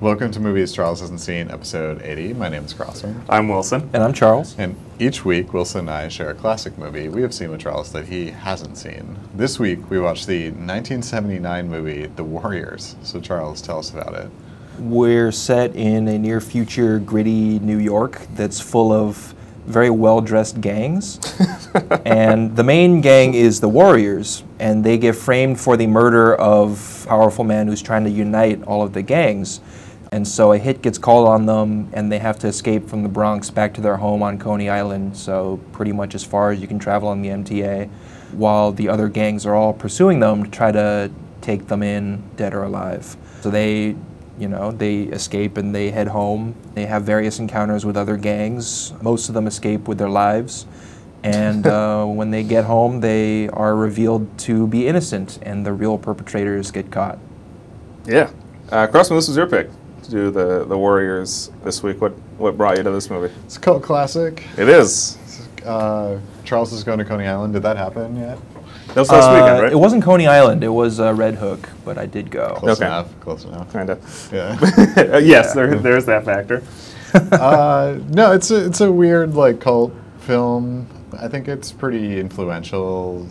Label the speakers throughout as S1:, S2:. S1: Welcome to Movies Charles Hasn't Seen, episode 80. My name is Crossman.
S2: I'm Wilson.
S3: And I'm Charles.
S1: And each week, Wilson and I share a classic movie we have seen with Charles that he hasn't seen. This week, we watched the 1979 movie The Warriors. So, Charles, tell us about it.
S3: We're set in a near future gritty New York that's full of very well dressed gangs. and the main gang is the Warriors, and they get framed for the murder of a powerful man who's trying to unite all of the gangs. And so a hit gets called on them, and they have to escape from the Bronx back to their home on Coney Island. So, pretty much as far as you can travel on the MTA, while the other gangs are all pursuing them to try to take them in, dead or alive. So, they you know, they escape and they head home. They have various encounters with other gangs. Most of them escape with their lives. And uh, when they get home, they are revealed to be innocent, and the real perpetrators get caught.
S2: Yeah. Uh, Crossman, this was your pick to do the, the Warriors this week. What what brought you to this movie?
S1: It's a cult classic.
S2: It is.
S1: Uh, Charles is going to Coney Island. Did that happen yet?
S2: That was last
S3: Uh,
S2: weekend, right?
S3: It wasn't Coney Island. It was uh, Red Hook, but I did go.
S1: Close
S2: Okay.
S1: enough. Close enough.
S2: Kind of.
S1: Yeah.
S2: yes,
S3: Yeah.
S2: There, there's that factor.
S1: uh, no, it's a, it's a weird like cult film. I think it's pretty influential.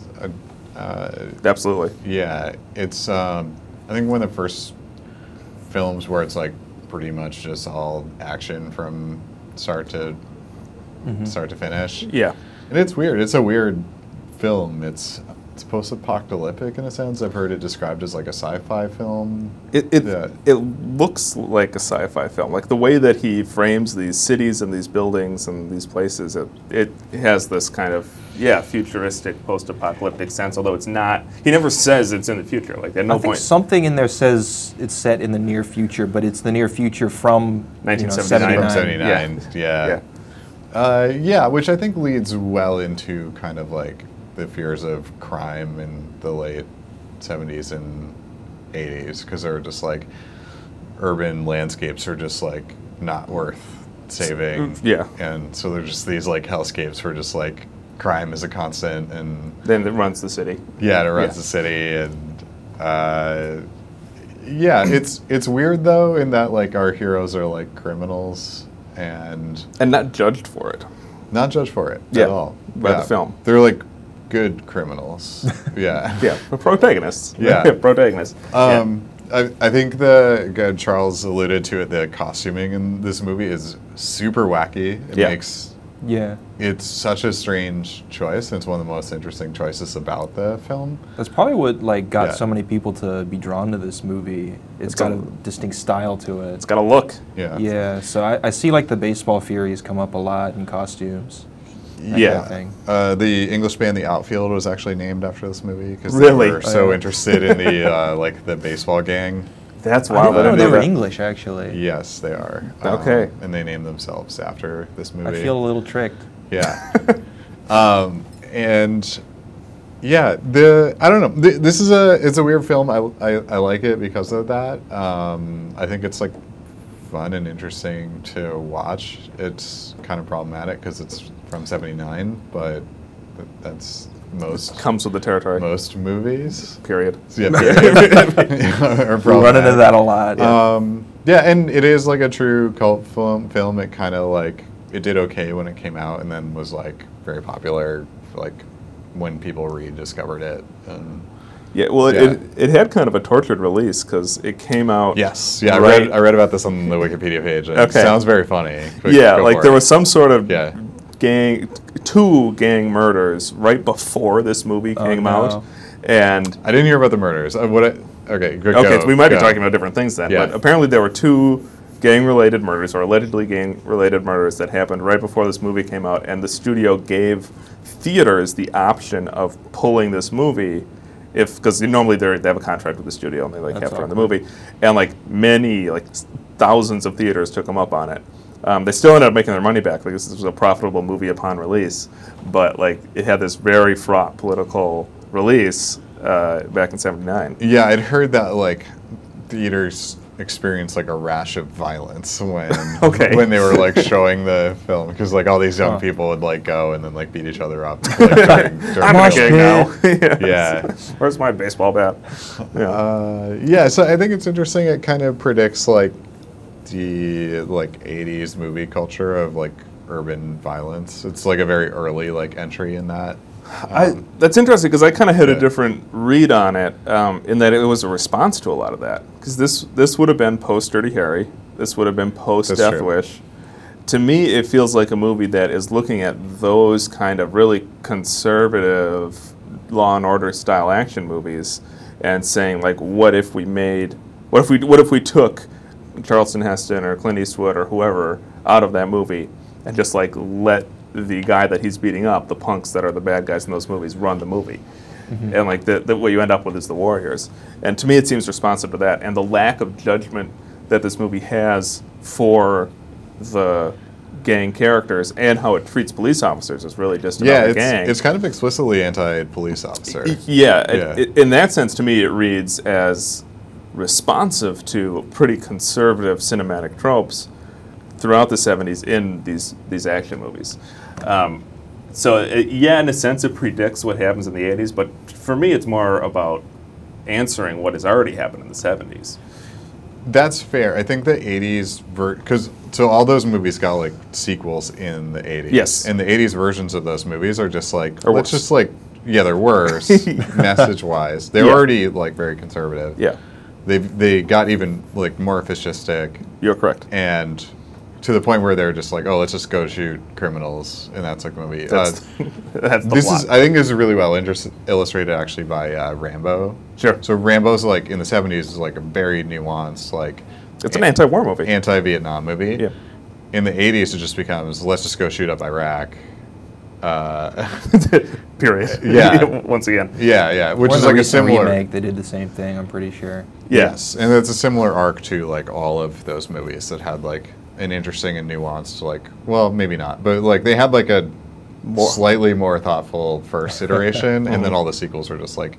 S1: Uh, uh,
S2: Absolutely.
S1: yeah, it's um, I think one of the first films where it's like pretty much just all action from start to
S3: Mm-hmm.
S1: start to finish.
S2: Yeah.
S1: And it's weird. It's a weird film. It's it's post-apocalyptic in a sense. I've heard it described as like a sci-fi film.
S2: It it,
S1: Yeah.
S2: it looks like a sci-fi film. Like the way that he frames these cities and these buildings and these places, it, it has this kind of yeah futuristic post-apocalyptic sense. Although it's not. He never says it's in the future. Like at no
S3: I think
S2: point.
S3: something in there says it's set in the near future, but it's the near future from you know,
S2: 1979.
S1: From
S3: 79.
S1: 79. Yeah.
S2: yeah.
S1: Uh, yeah, which I think leads well into kind of like the fears of crime in the late 70s and 80s because they're just like urban landscapes are just like not worth saving.
S2: Mm, Yeah.
S1: And so they're just these like hellscapes where just like crime is a constant and
S2: Then it runs the city.
S1: yeah, it runs
S2: Yeah.
S1: the city and uh, yeah, it's it's weird though in that like our heroes are like criminals and
S2: and not judged for it.
S1: not judged for it
S2: Yeah,
S1: at all
S2: by the film.
S1: They're like good criminals. yeah.
S2: Yeah, the protagonists.
S1: Yeah.
S2: protagonists.
S1: Um, I, I think the good Charles alluded to it. The costuming in this movie is super wacky. It
S2: Yeah.
S1: makes
S3: Yeah.
S1: it's such a strange choice. And it's one of the most interesting choices about the film.
S3: That's probably what like got
S1: Yeah.
S3: so many people to be drawn to this movie.
S2: It's
S3: it's got a
S2: got-
S3: distinct style to it.
S2: it's got a look.
S1: Yeah.
S3: yeah, so I, I see like the baseball furies come up a lot in costumes. that
S2: Yeah.
S3: kind of thing.
S1: Uh, the English band The Outfield was actually named after this movie because
S2: Really?
S1: they were so
S3: Oh, yeah.
S1: interested in the uh, like the baseball gang.
S2: That's
S3: I
S2: wild.
S3: didn't know
S2: I
S3: they
S2: didn't
S3: were
S2: know
S3: English actually.
S1: Yes, they are. Um,
S2: Okay.
S1: and they named themselves after this movie.
S3: I feel a little tricked.
S1: Yeah. um, and yeah, the I don't know. Th- this is a it's a weird film. I, I, I like it because of that. Um, I think it's like fun and interesting to watch. It's kind of problematic because it's from '79, but th- that's
S2: that.
S1: most
S2: Comes with the territory.
S1: most movies.
S2: Period.
S1: Yeah, are
S3: We run into
S1: problematic.
S3: that a lot.
S1: Um, yeah, and it is like a true cult film. Film. It kind of like it did okay when it came out, and then was like very popular. Like when people rediscovered it. And
S2: Yeah. Well, it,
S1: Yeah.
S2: It, it had kind of a tortured release because it came out.
S1: yes, yeah, I
S2: right-
S1: read I read about this on the Wikipedia page. and It
S2: Okay.
S1: sounds very funny. Go-
S2: yeah,
S1: go
S2: like
S1: for
S2: there
S1: it.
S2: was some sort of
S1: Yeah.
S2: gang, two gang murders right before this movie
S3: Oh,
S2: came
S3: no.
S2: out, and
S1: I didn't hear about the murders. Uh, what? I, okay, go,
S2: Okay,
S1: go,
S2: so we might
S1: go.
S2: be talking about different things then.
S1: Yeah.
S2: But apparently, there were two gang-related murders, or allegedly gang-related murders, that happened right before this movie came out, and the studio gave theaters the option of pulling this movie, if because normally they they have a contract with the studio and they like
S3: That's
S2: have to run the movie, and like many like s- thousands of theaters took them up on it. Um, they still ended up making their money back. Like this was a profitable movie upon release, but like it had this very fraught political release uh, back in '79.
S1: Yeah, I'd heard that like theaters experienced like a rash of violence when
S2: Okay.
S1: when they were like showing the film because like all these young
S3: Huh.
S1: people would like go and then like beat each other up. Like, during, during
S2: I'm
S3: Mosh
S2: not
S1: the-
S2: kidding now.
S1: Yeah.
S2: Where's my baseball bat? Uh, Yeah.
S1: uh, yeah, so I think it's interesting. It kind of predicts like the like 80s movie culture of like urban violence. It's like a very early like entry in that.
S2: I,
S1: Um,
S2: that's interesting because I kind of had a
S1: yeah.
S2: different read on it um, in that it was a response to a lot of that. Because this this would have been post Dirty Harry. This would have been post
S1: That's
S2: Death
S1: true.
S2: Wish. To me, it feels like a movie that is looking at those kind of really conservative law and order style action movies and saying like, what if we made, what if we, what if we took Charleston Heston or Clint Eastwood or whoever out of that movie and just like let the guy that he's beating up, the punks that are the bad guys in those movies, run the movie. And like the, the, what you end up with is the warriors. And to me, it seems responsive to that. And the lack of judgment that this movie has for the gang characters and how it treats police officers is really just about
S1: yeah,
S2: the
S1: it's,
S2: gang.
S1: it's kind of explicitly anti-police officer.
S2: Y- Yeah, it-
S1: Yeah.
S2: it- in that sense, to me, it reads as responsive to pretty conservative cinematic tropes throughout the 70s in these, these action movies. Um, so, it, yeah, in a sense, it predicts what happens in the 80s, but for me, it's more about answering what has already happened in the 70s.
S1: That's fair. I think the '80s because so all those movies got like sequels in the '80s.
S2: Yes.
S1: and the '80s versions of those movies are just like
S2: Or
S1: let's
S2: worse.
S1: just like yeah they're worse message-wise. They're
S2: Yeah.
S1: already like very conservative.
S2: Yeah,
S1: they they got even like more fascistic
S2: you're correct.
S1: and to the point where they're just like oh let's just go shoot criminals and that's like movie.
S2: That's,
S1: uh,
S2: that's the
S1: this
S2: plot.
S1: is I think this is really well interest, illustrated actually by uh, Rambo.
S2: Sure.
S1: So Rambo's like in the '70s is like a very nuanced like
S2: it's an anti-war movie.
S1: anti-Vietnam movie.
S2: Yeah.
S1: In the '80s, it just becomes let's just go shoot up Iraq. Uh,
S2: Period.
S1: Yeah.
S2: Once again.
S1: yeah, yeah, which
S3: Or
S1: is
S3: the
S1: like a
S3: recent
S1: similar.
S3: remake. They did the same thing. I'm pretty sure.
S1: Yes, and it's a similar arc to like all of those movies that had like an interesting and nuanced like well maybe not but like they had like a slightly more thoughtful first iteration and
S2: Uh-huh.
S1: then all the sequels were just like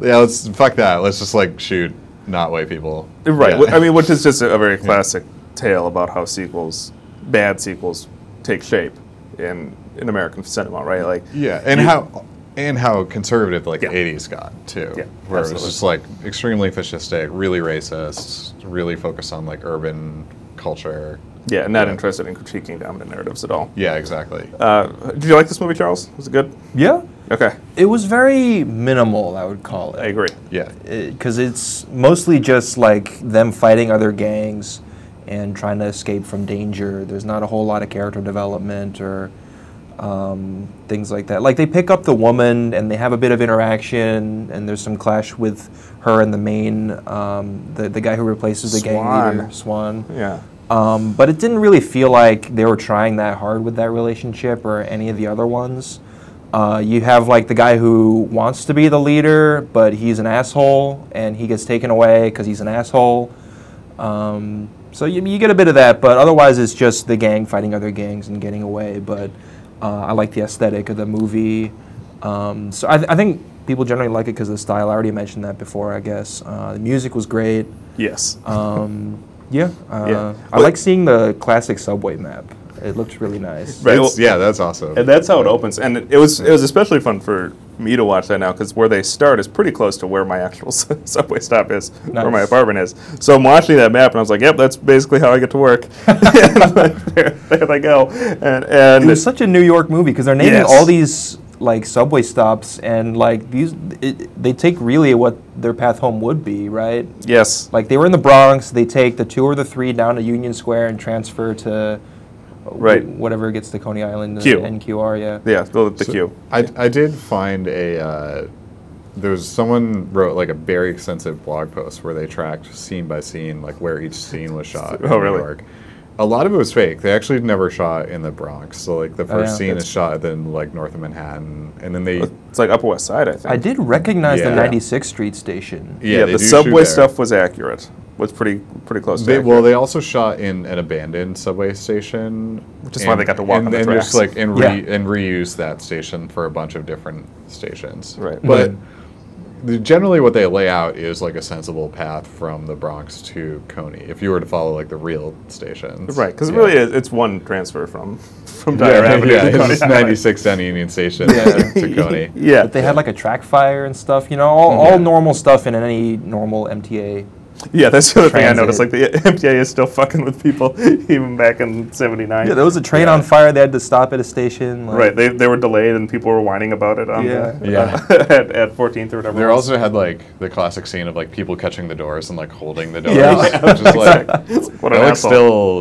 S1: yeah let's fuck that let's just like shoot not white people
S2: Right.
S1: Yeah.
S2: wh- I mean, which is just a a very classic tale about how sequels, bad sequels, take shape in in American cinema, right? Like,
S1: yeah and
S2: you-
S1: how and how conservative like
S2: Yeah.
S1: the 80s got too
S2: Yeah,
S1: where it
S2: absolutely.
S1: was just like extremely fascistic really racist really focused on like urban culture
S2: yeah, not
S1: Yeah.
S2: interested in critiquing dominant narratives at all.
S1: yeah exactly
S2: Uh, did you like this movie, Charles? Was it good?
S3: Yeah.
S2: Okay,
S3: It was very minimal. I would call it.
S2: I agree.
S1: yeah
S3: because it's mostly just like them fighting other gangs and trying to escape from danger. There's not a whole lot of character development or um, things like that. Like they pick up the woman and they have a bit of interaction, and there's some clash with her and the main, um, the the guy who replaces the
S2: Swan.
S3: gang leader, Swan.
S2: Yeah,
S3: Um, but it didn't really feel like they were trying that hard with that relationship or any of the other ones. Uh, you have like the guy who wants to be the leader, but he's an asshole, and he gets taken away because he's an asshole. Um, so you, you get a bit of that, but otherwise it's just the gang fighting other gangs and getting away. But uh, I like the aesthetic of the movie. Um, so I, th- I think people generally like it because of the style. I already mentioned that before, I guess. Uh, the music was great.
S2: yes.
S3: Um, yeah, uh,
S2: Yeah.
S3: I like seeing the classic subway map. It looks really nice.
S2: Right,
S1: It's-
S2: well-
S1: yeah that's awesome
S2: And that's how it opens. And it, it was it was especially fun for me to watch that now because where they start is pretty close to where my actual subway stop is, where my
S3: Nice.
S2: apartment is. So I'm watching that map and I was like, "Yep, that's basically how I get to work." and like, there, there they go. And and
S3: It was such a New York movie because they're naming
S2: Yes.
S3: all these like subway stops and like these it, they take really what their path home would be, right?
S2: yes,
S3: Like they were in the Bronx, they take the two or the three down to Union Square and transfer to w-
S2: Right.
S3: whatever gets to Coney Island, the
S2: Q.
S3: NQR, yeah.
S2: yeah, the, the queue.
S1: I, I did find a uh, there was someone wrote like a very extensive blog post where they tracked scene by scene like where each scene was shot. in
S2: Oh,
S1: New
S2: really?
S1: York. A lot of it was fake. They actually never shot in the Bronx. So like the first
S3: yeah.
S1: scene
S2: Oh, That's-
S1: is shot in like north of Manhattan, and then they
S2: It's like Upper West Side, I think.
S3: I did recognize
S1: Yeah.
S3: the 96th Street station.
S1: yeah, they do
S2: the
S1: shoot
S2: subway
S1: there.
S2: stuff was accurate. Was pretty pretty close.
S1: They,
S2: to
S1: well,
S2: accurate.
S1: they also shot in an abandoned subway station,
S2: Which is why they got to walk
S1: and,
S2: on the
S1: and
S2: tracks.
S1: Just, like and, re,
S3: Yeah.
S1: and reuse that station for a bunch of different stations.
S2: Right.
S1: but the, generally what they lay out is like a sensible path from the Bronx to Coney. If you were to follow like the real stations,
S2: right because
S1: Yeah.
S2: really it- it's one transfer from from
S1: Yeah,
S2: Dyer Avenue.
S1: yeah,
S2: to
S1: it's
S2: Coney
S1: just
S2: Island.
S1: 96 down Union Station
S3: Yeah.
S1: to Coney.
S2: Yeah, Mm-hmm.
S3: But they had like a track fire and stuff, you know, all, all normal stuff in any normal MTA
S2: Yeah, that's the other thing I
S3: Transit.
S2: noticed. Like the MTA is still fucking with people even back in '79.
S3: Yeah, there was a train
S2: Yeah.
S3: on fire. They had to stop at a station. Like,
S2: Right, they, they were delayed and people were whining about it on the-
S1: Yeah.
S2: at, at 14th or whatever.
S1: There
S2: it was.
S1: also had like the classic scene of like people catching the doors and like holding the doors,
S3: Yeah.
S1: which is like
S2: what an
S1: that
S2: asshole.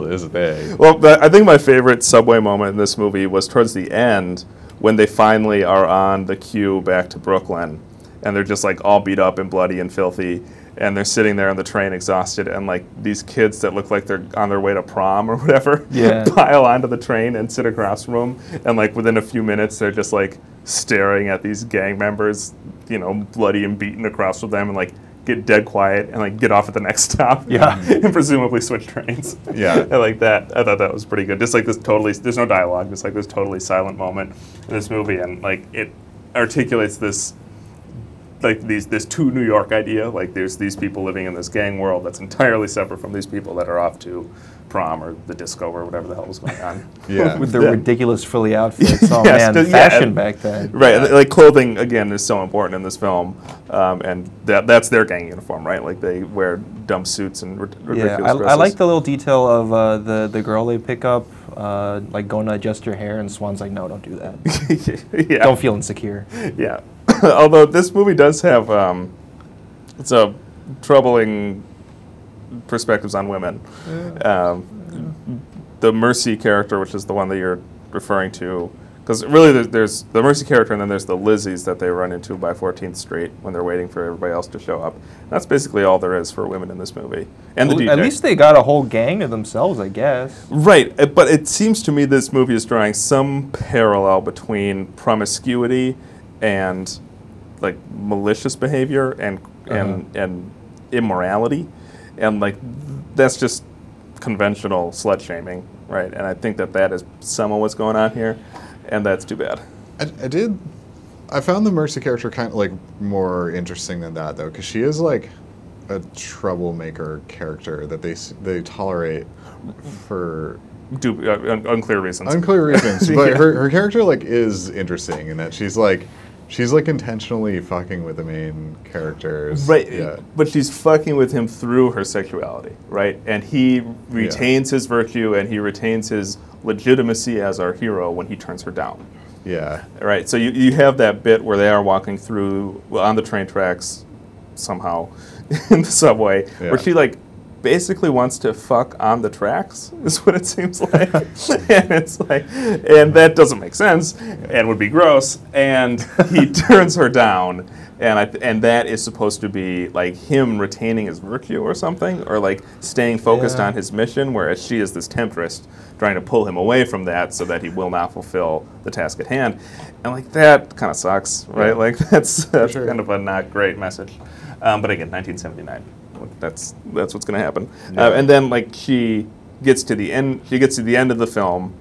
S1: still is a thing.
S2: Well, the, I think my favorite subway moment in this movie was towards the end when they finally are on the queue back to Brooklyn, and they're just like all beat up and bloody and filthy, and they're sitting there on the train exhausted, and like these kids that look like they're on their way to prom or whatever
S3: Yeah.
S2: pile onto the train and sit across from them, and like within a few minutes they're just like staring at these gang members, you know, bloody and beaten across from them, and like. Get dead quiet and like get off at the next stop.
S3: Yeah.
S2: and presumably switch trains.
S1: Yeah.
S2: I like that. I thought that was pretty good. Just like this totally, there's no dialogue. Just like this totally silent moment in this movie, and like it articulates this, like these this two New York idea. Like there's these people living in this gang world that's entirely separate from these people that are off to prom or the disco or whatever the hell was going on.
S1: Yeah.
S3: With their
S2: Yeah.
S3: ridiculous frilly outfits. Oh
S2: Yes,
S3: man,
S2: the- yeah.
S3: fashion back then.
S2: Right, and, like clothing again is so important in this film, um, and that that's their gang uniform, right? Like they wear dumb suits and rid-
S3: Yeah,
S2: ridiculous
S3: I, I
S2: dresses.
S3: like the little detail of uh, the the girl they pick up, uh, like going to adjust her hair, and Swan's like, "No, don't do that.
S2: yeah.
S3: Don't feel insecure."
S2: Yeah. Although this movie does have um, it's a troubling perspectives on women. Um, the Mercy character, which is the one that you're referring to, because really there's, there's the Mercy character, and then there's the Lizzies that they run into by 14th Street when they're waiting for everybody else to show up. That's basically all there is for women in this movie, and the DJ.
S3: At least they got a whole gang to themselves, I guess.
S2: Right, uh, but it seems to me this movie is drawing some parallel between promiscuity and like malicious behavior and
S1: Uh-huh.
S2: and and immorality, and like that's just conventional slut shaming, right? And I think that that is some of what's going on here, and that's too bad.
S1: I, I did. I found the Mercy character kind of like more interesting than that though, because she is like a troublemaker character that they s- they tolerate for
S2: Du- uh, un- unclear reasons.
S1: unclear reasons. But
S2: Yeah.
S1: her, her character like is interesting in that she's like she's like intentionally fucking with the main characters.
S2: Right.
S1: Yeah.
S2: But she's fucking with him through her sexuality, right? And he retains his virtue and he retains his legitimacy as our hero when he turns her down.
S1: Yeah.
S2: Right. So you, you have that bit where they are walking through well, on the train tracks somehow in the subway
S1: Yeah.
S2: where she like basically wants to fuck on the tracks is what it seems like and it's like and that doesn't make sense and would be gross and he turns her down and I, and that is supposed to be like him retaining his virtue or something or like staying focused
S3: Yeah.
S2: on his mission whereas she is this temptress trying to pull him away from that so that he will not fulfill the task at hand and like that kind of sucks right
S1: Yeah.
S2: like that's that's
S1: sure.
S2: kind of a not great message. Um, but again, 1979. Look, That's that's what's going to happen.
S1: Yeah.
S2: Uh, and then like she gets to the end. She gets to the end of the film,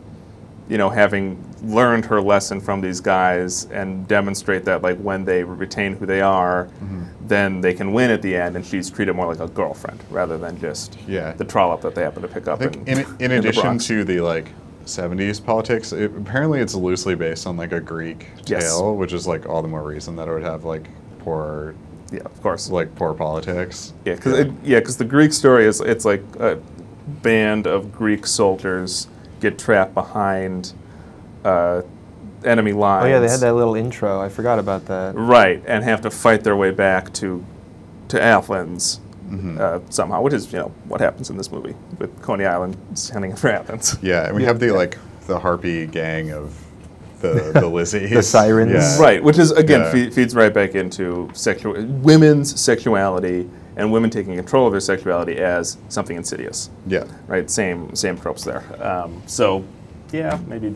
S2: you know, having learned her lesson from these guys and demonstrate that like when they retain who they are,
S1: Mm-hmm.
S2: then they can win at the end. And she's treated more like a girlfriend rather than just
S1: Yeah.
S2: the trollop that they happen to pick up.
S1: I think
S2: in,
S1: in, in
S2: the
S1: addition
S2: Bronx.
S1: to the like 70s politics, it, apparently it's loosely based on like a Greek
S2: Yes.
S1: tale, which is like all the more reason that it would have like poor
S2: yeah, of course.
S1: like poor politics.
S2: Yeah, because yeah, 'cause the Greek story is it's like a band of Greek soldiers get trapped behind uh, enemy lines.
S3: Oh yeah, they had that little intro. I forgot about that.
S2: Right, and have to fight their way back to to Athens
S1: Mm-hmm.
S2: uh, somehow, which is you know what happens in this movie with Coney Island standing for Athens.
S1: Yeah, and we have the like the harpy gang of the the Lizzies.
S3: The sirens.
S1: Yeah.
S2: Right, which is again
S1: Yeah.
S2: fe- feeds right back into sexual women's sexuality and women taking control of their sexuality as something insidious.
S1: Yeah.
S2: right? Same same tropes there. Um, so yeah, maybe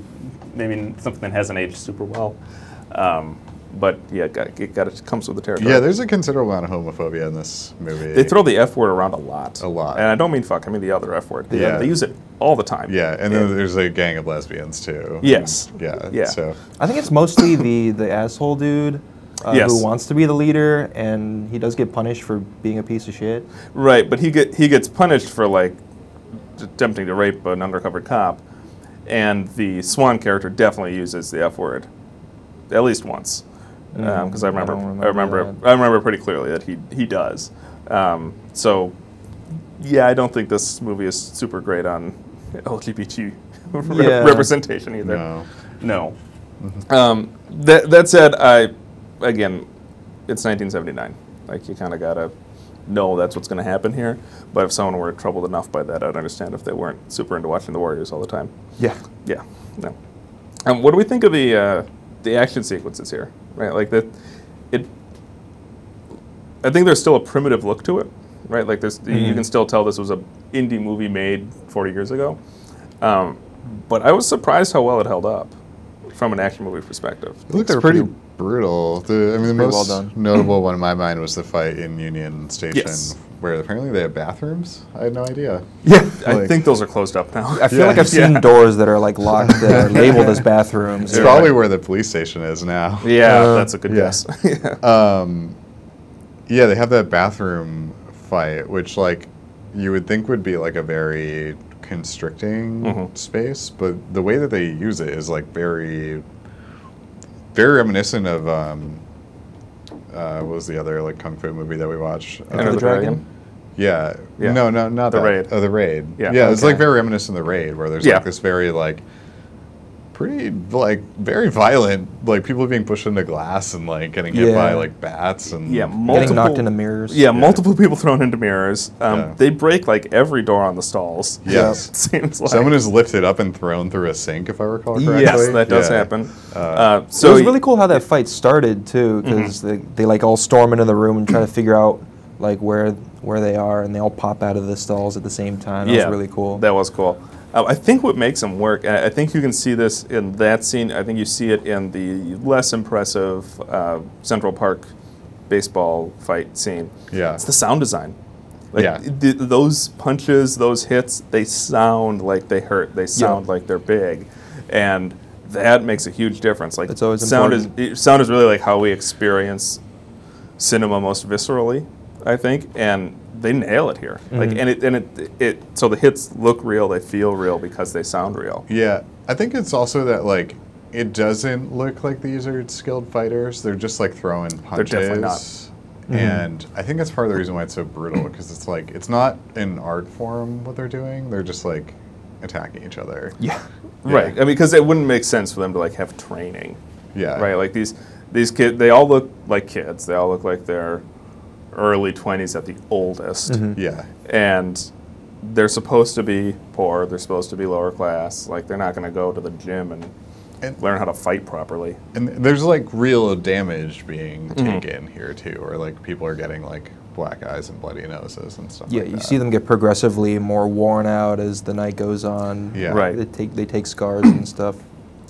S2: maybe something that hasn't aged super well. Um, but yeah, it, got, it, got, it comes with the territory.
S1: Yeah, there's a considerable amount of homophobia in this movie.
S2: they throw the F word around a lot.
S1: A lot.
S2: And I don't mean fuck. I mean the other F word. They,
S1: Yeah.
S2: they use it all the time.
S1: yeah, and then there's a gang of lesbians too.
S2: Yes.
S1: Yeah.
S2: Yeah.
S1: So
S3: I think it's mostly the the asshole dude uh,
S2: Yes.
S3: who wants to be the leader, and he does get punished for being a piece of shit.
S2: Right, but he get he gets punished for like attempting to rape an undercover cop, and the Swan character definitely uses the F word, at least once, because
S3: I
S1: Mm,
S2: I remember
S3: don't
S2: I,
S3: remember
S2: remember
S3: that.
S2: I remember pretty clearly that he he does. Um, so yeah, I don't think this movie is super great on LGBT re-
S3: Yeah.
S2: representation either.
S1: No.
S2: No. Um, that, that said, I again, it's 1979. Like you kind of gotta know that's what's going to happen here. But if someone were troubled enough by that, I'd understand if they weren't super into watching the Warriors all the time.
S3: Yeah.
S2: Yeah. No. Um, what do we think of the uh, the action sequences here? Right, like that. It. I think there's still a primitive look to it, right? Like there's,
S1: Mm-hmm.
S2: you can still tell this was a indie movie made 40 years ago. Um, but I was surprised how well it held up from an action movie perspective.
S1: It looks
S3: they were
S1: pretty,
S3: pretty-
S1: brutal. The, I mean, the
S3: pretty well
S1: most
S3: done.
S1: notable one in my mind was the fight in Union Station,
S2: Yes.
S1: where apparently they have bathrooms. I had no idea.
S3: Yeah.
S2: I
S1: Like-
S2: think those are closed up now.
S3: I feel like I've seen doors that are like locked that are labeled as bathrooms.
S1: It's probably where the police station is now.
S2: Yeah,
S3: Uh,
S2: that's a good
S1: yeah.
S2: guess. yeah.
S1: Um, yeah, they have that bathroom fight, which like you would think would be like a very constricting
S2: Mhm.
S1: space, but the way that they use it is like very, very reminiscent of um, uh, what was the other like kung fu movie that we watched? Uh,
S3: Enter the Dragon?
S1: Yeah.
S2: Yeah.
S1: No, no, not
S2: The
S1: that.
S2: Raid.
S1: Oh, the raid.
S2: Yeah.
S1: Yeah, it's like
S3: Okay.
S1: very reminiscent of the raid, where there's
S2: Yeah.
S1: like this very like, pretty like very violent, like people being pushed into glass and like getting hit
S3: Yeah.
S1: by like bats and
S2: Yeah,
S3: Getting
S2: multiple,
S3: knocked into mirrors.
S2: Yeah, multiple people thrown into mirrors. Um,
S1: Yeah.
S2: They break like every door on the stalls.
S1: Yes.
S2: it seems like
S1: Someone is lifted up and thrown through a sink, if I recall correctly.
S2: yes, that does
S1: Yeah.
S2: happen. Uh,
S3: it
S2: so
S3: was really cool how that fight started too, because they, they like all storm into the room and try to figure out like where where they are, and they all pop out of the stalls at the same time. That was really cool.
S2: That was cool. Um, I think what makes them work, and I I think you can see this in that scene. I think you see it in the less impressive uh, Central Park baseball fight scene.
S1: Yeah.
S2: It's the sound design. Like
S1: Yeah.
S2: th- those punches, those hits, they sound like they hurt. They sound like they're big, and that makes a huge difference. Like
S3: It's always
S2: sound
S3: important.
S2: is sound is really like how we experience cinema most viscerally, I think, and they nail it here. Like, and it and it it so the hits look real, they feel real because they sound real.
S1: Yeah, I think it's also that like it doesn't look like these are skilled fighters. They're just like throwing punches.
S2: definitely not. Mm-hmm.
S1: And I think that's part of the reason why it's so brutal because it's like it's not an art form what they're doing. They're just like attacking each other.
S3: yeah.
S2: Right. I mean, because it wouldn't make sense for them to like have training,
S1: Yeah.
S2: right? Like these these kids, they all look like kids. They all look like they're early twenties at the oldest,
S1: Yeah.
S2: and they're supposed to be poor. They're supposed to be lower class. Like they're not going to go to the gym and.
S1: And-
S2: learn how to fight properly.
S1: And there's like real damage being
S2: Mm-hmm.
S1: taken here too, or like people are getting like black eyes and bloody noses and stuff.
S3: Yeah,
S1: like
S3: you
S1: that.
S3: see them get progressively more worn out as the night goes on.
S1: Yeah.
S2: Right.
S3: They take they take scars and stuff.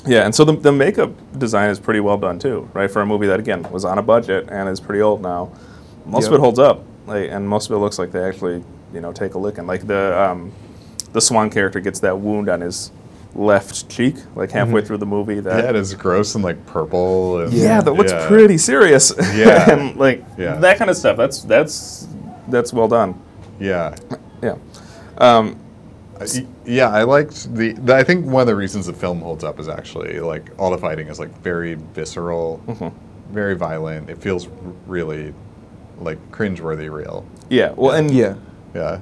S2: Yeah, and so the, the makeup design is pretty well done too, right? For a movie that again was on a budget and is pretty old now, most of
S3: Yep.
S2: it holds up, like, and most of it looks like they actually you know take a lick. And like the um, the Swan character gets that wound on his left cheek, like halfway through the movie. That
S1: Mm-hmm. Yeah, it is gross and like purple. And,
S2: yeah, that looks
S1: yeah.
S2: pretty serious.
S1: Yeah.
S2: and like
S1: Yeah.
S2: that kind of stuff. That's that's that's well done.
S1: Yeah.
S2: Yeah. Um,
S1: Uh, y- Yeah, I liked the, the. I think one of the reasons the film holds up is actually like all the fighting is like very visceral,
S2: Mm-hmm.
S1: very violent. It feels r- really like cringeworthy, real.
S2: yeah. Well, and
S3: Yeah.
S1: Yeah,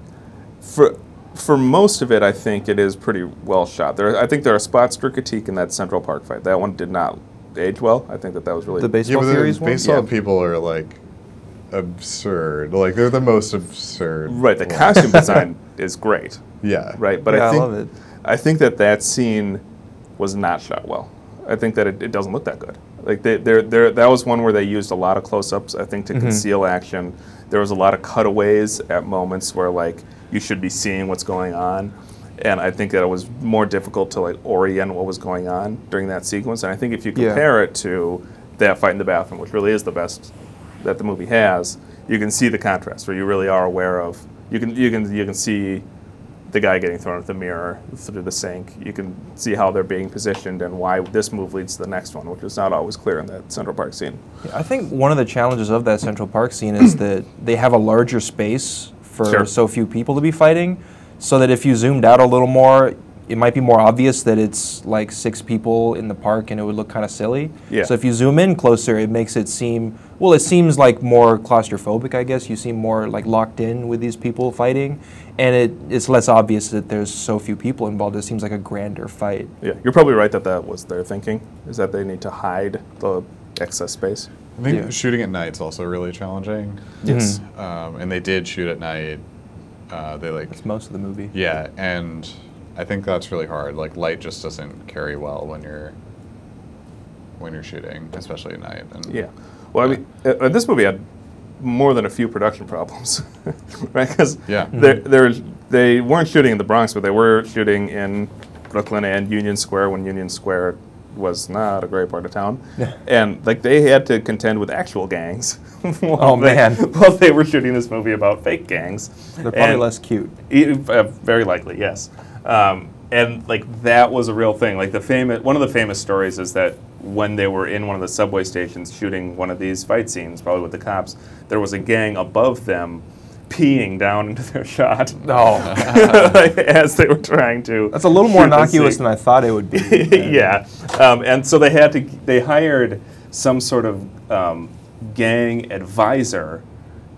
S2: for for most of it, I think it is pretty well shot. There, I think there are spots for critique in that Central Park fight. That one did not age well. I think that that was really
S3: The
S1: yeah.
S3: baseball
S1: But the
S3: theories one.
S1: baseball
S2: Yeah.
S1: people are like absurd. Like they're the most absurd.
S2: right. The
S1: ones.
S2: costume design is great,
S1: Yeah.
S2: right? But
S3: Yeah,
S2: I
S3: I
S2: think
S3: love it.
S2: I think that that scene was not shot well. I think that it, it doesn't look that good. Like they, they're, they're, that was one where they used a lot of close-ups. I think to conceal action. There was a lot of cutaways at moments where like you should be seeing what's going on, and I think that it was more difficult to like orient what was going on during that sequence. And I think if you
S3: Yeah.
S2: compare it to that fight in the bathroom, which really is the best that the movie has, you can see the contrast where you really are aware of. You can you can you can see the guy getting thrown at the mirror through the sink. You can see how they're being positioned and why this move leads to the next one, which is not always clear in that Central Park scene.
S3: I think one of the challenges of that Central Park scene is that they have a larger space for
S2: Sure.
S3: so few people to be fighting, so that if you zoomed out a little more, it might be more obvious that it's like six people in the park and it would look kind of silly.
S2: Yeah.
S3: So if you zoom in closer, it makes it seem well. It seems like more claustrophobic, I guess. You seem more like locked in with these people fighting, and it, it's less obvious that there's so few people involved. It seems like a grander fight.
S2: Yeah, you're probably right that that was their thinking, is that they need to hide the excess space.
S1: I think
S3: Yeah.
S1: shooting at night's also really challenging.
S2: Yes.
S1: Um, and they did shoot at night. Uh, they like
S3: That's most of the movie.
S1: yeah, and I think that's really hard. Like light just doesn't carry well when you're when you're shooting, especially at night. And
S2: Yeah. Well, I mean, uh, uh, this movie had more than a few production problems, right? Because
S1: Yeah.
S2: they're, they're, they weren't shooting in the Bronx, but they were shooting in Brooklyn and Union Square when Union Square was not a great part of town. and like they had to contend with actual gangs. while
S3: Oh,
S2: they-
S3: man.
S2: While they were shooting this movie about fake gangs.
S3: They're probably
S2: And-
S3: less cute.
S2: E- uh, very likely, yes. Um, and like that was a real thing. Like the famous one of the famous stories is that when they were in one of the subway stations shooting one of these fight scenes, probably with the cops, there was a gang above them peeing down into their shot
S3: Oh,
S2: like, as they were trying to.
S3: that's a little more
S2: shoot the
S3: innocuous
S2: scene.
S3: than I thought it would be.
S2: yeah, um, and so they had to. They hired some sort of um, gang advisor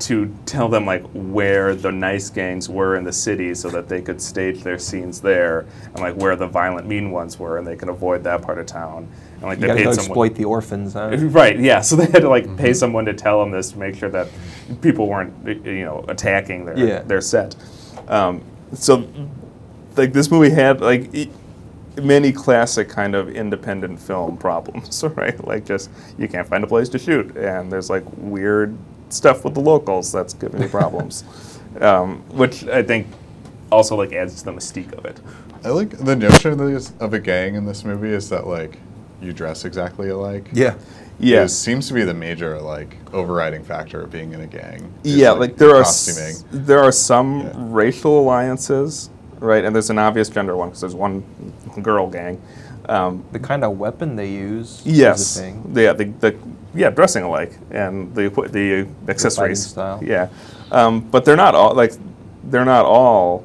S2: to tell them like where the nice gangs were in the city, so that they could stage their scenes there, and like where the violent, mean ones were, and they could avoid that part of town. And like
S3: You
S2: they
S3: gotta go
S2: paid someone.
S3: exploit the orphans. Huh?
S2: Right. Yeah. So they had to like pay someone to tell them this to make sure that people weren't y- you know attacking their
S3: Yeah.
S2: their set. Um, so like this movie had like e- many classic kind of independent film problems, right? Like just you can't find a place to shoot, and there's like weird stuff with the locals that's giving you problems, um, which I think also like adds to the mystique of it.
S1: I like the notion of, this, of a gang in this movie is that like you dress exactly alike. Yeah.
S3: Yeah.
S2: Yes.
S1: seems to be the major like overriding factor of being in a gang. is,
S2: yeah, like, there are
S1: costuming.
S2: s- there are some
S1: Yeah.
S2: racial alliances, right? And there's an obvious gender one because there's one girl gang. Um,
S3: The kind of weapon they use. Is
S2: yes,
S3: a thing.
S2: yeah, the, the yeah dressing alike and the equi- the accessories.
S3: style.
S2: Yeah, um, but they're not all like they're not all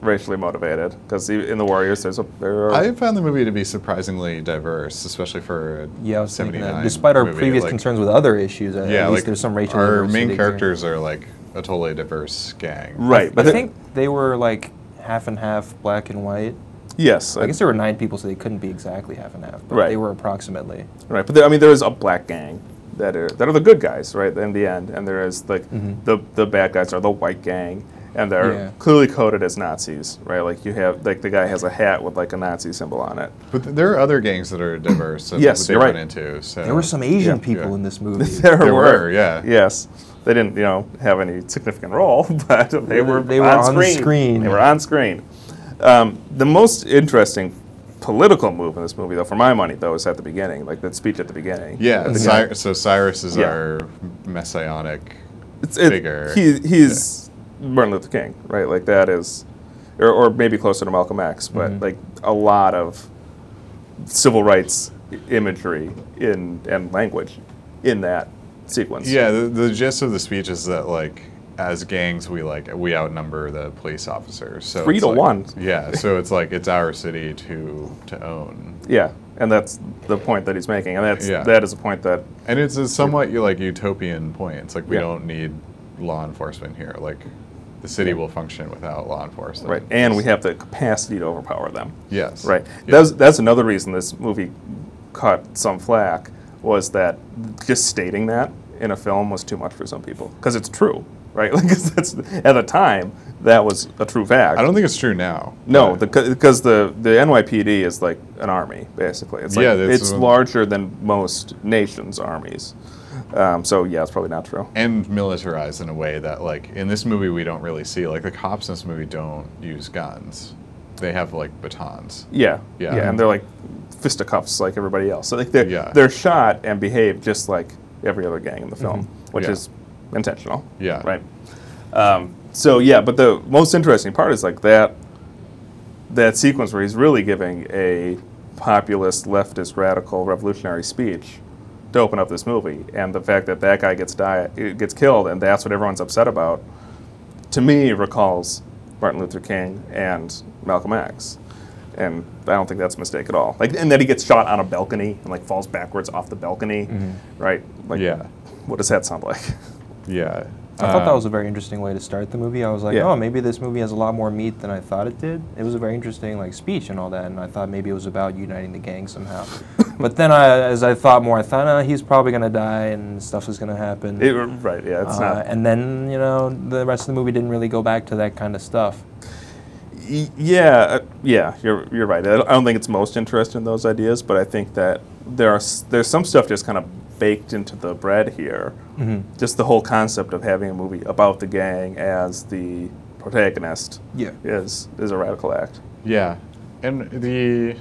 S2: racially motivated because in the Warriors there's a there are
S1: I found the movie to be surprisingly diverse, especially for a
S3: Yeah, I was thinking
S1: 79
S3: that. Despite our
S1: movie,
S3: previous
S1: like-
S3: concerns with other issues, uh,
S1: Yeah,
S3: at least
S1: like
S3: there's some racial
S1: Our main
S3: diversity there.
S1: characters are like a totally diverse gang.
S2: right, but
S3: I
S2: the-
S3: think they were like half and half black and white.
S2: yes,
S3: I guess there were nine people, so they couldn't be exactly half and half, but
S2: Right.
S3: they were approximately.
S2: Right, but there, I mean, there is a black gang that are that are the good guys, right? In the end, and there is like the the bad guys are the white gang, and they're
S3: Yeah.
S2: clearly coded as Nazis, right? Like you have like the guy has a hat with like a Nazi symbol on it.
S1: But th- there are other gangs that are diverse. That
S2: Yes,
S1: they
S2: you're
S1: run
S2: right.
S1: into. So
S3: There were some Asian
S2: yeah.
S3: people in this movie.
S1: There were, yeah.
S2: Yes, they didn't you know have any significant role, but they were
S3: They were
S2: on,
S3: on
S2: screen.
S3: screen.
S2: They were on screen. Um, the most interesting political move in this movie, though, for my money, though, is at the beginning, like that speech at the beginning.
S1: Yeah, Cy- so Cyrus is
S2: Yeah.
S1: our messianic.
S2: it's it,
S1: bigger.
S2: He, he's Martin Luther King, right? Like that is, or, or maybe closer to Malcolm X, but like a lot of civil rights i- imagery in and language in that sequence.
S1: Yeah, the, the gist of the speech is that like as gangs we like we outnumber the police officers. So
S2: Three
S1: it's
S2: to
S1: like-
S2: one.
S1: Yeah, so it's like it's our city to to own.
S2: yeah, and that's the point that he's making, and that's
S1: Yeah.
S2: that is a point that
S1: And it's a somewhat you like utopian point. It's like we
S2: Yeah.
S1: don't need law enforcement here. Like the city will function without law enforcement.
S2: right, and we have the capacity to overpower them.
S1: Yes.
S2: Right.
S1: Yeah.
S2: That's that's another reason this movie caught some flack was that just stating that in a film was too much for some people because it's true, right? Like 'cause that's at the time that was a true fact.
S1: I don't think it's true now.
S2: No,
S1: but-
S2: because the, the NYPD is like an army, basically. It's like,
S1: Yeah, that's
S2: it's
S1: what-
S2: larger than most nations' armies. Um, so yeah, it's probably not true.
S1: and militarized in a way that like in this movie we don't really see. Like the cops in this movie don't use guns. They have like batons.
S2: Yeah,
S1: Yeah.
S2: and they're like fisticuffs like everybody else. So like they're
S1: Yeah.
S2: they're shot and behave just like every other gang in the film, which
S1: Mm-hmm. Yeah.
S2: is intentional.
S1: Yeah.
S2: right. Um, so yeah, but the most interesting part is like that that sequence where he's really giving a populist, leftist, radical, revolutionary speech to open up this movie, and the fact that that guy gets die gets killed, and that's what everyone's upset about to me recalls Martin Luther King and Malcolm X. and I don't think that's a mistake at all. Like, and then he gets shot on a balcony and like falls backwards off the balcony,
S3: Mm-hmm.
S2: right? Like,
S1: Yeah.
S2: What does that sound like?
S1: Yeah.
S3: I thought that was a very interesting way to start the movie. I was like,
S2: Um, Yeah.
S3: oh, maybe this movie has a lot more meat than I thought it did. It was a very interesting like speech and all that, and I thought maybe it was about uniting the gang somehow. but then, I, as I thought more, I thought, oh, he's probably gonna die and stuff is gonna happen.
S2: It- right? Yeah, it's
S3: Uh,
S2: not.
S3: And then you know the rest of the movie didn't really go back to that kind of stuff.
S2: Y- Yeah, uh, yeah, you're you're right. I don't- I don't think it's most interesting in those ideas, but I think that there are s- there's some stuff just kind of baked into the bread here.
S1: Mm-hmm.
S2: Just the whole concept of having a movie about the gang as the protagonist
S3: Yeah.
S2: is is a radical act.
S1: Yeah, and the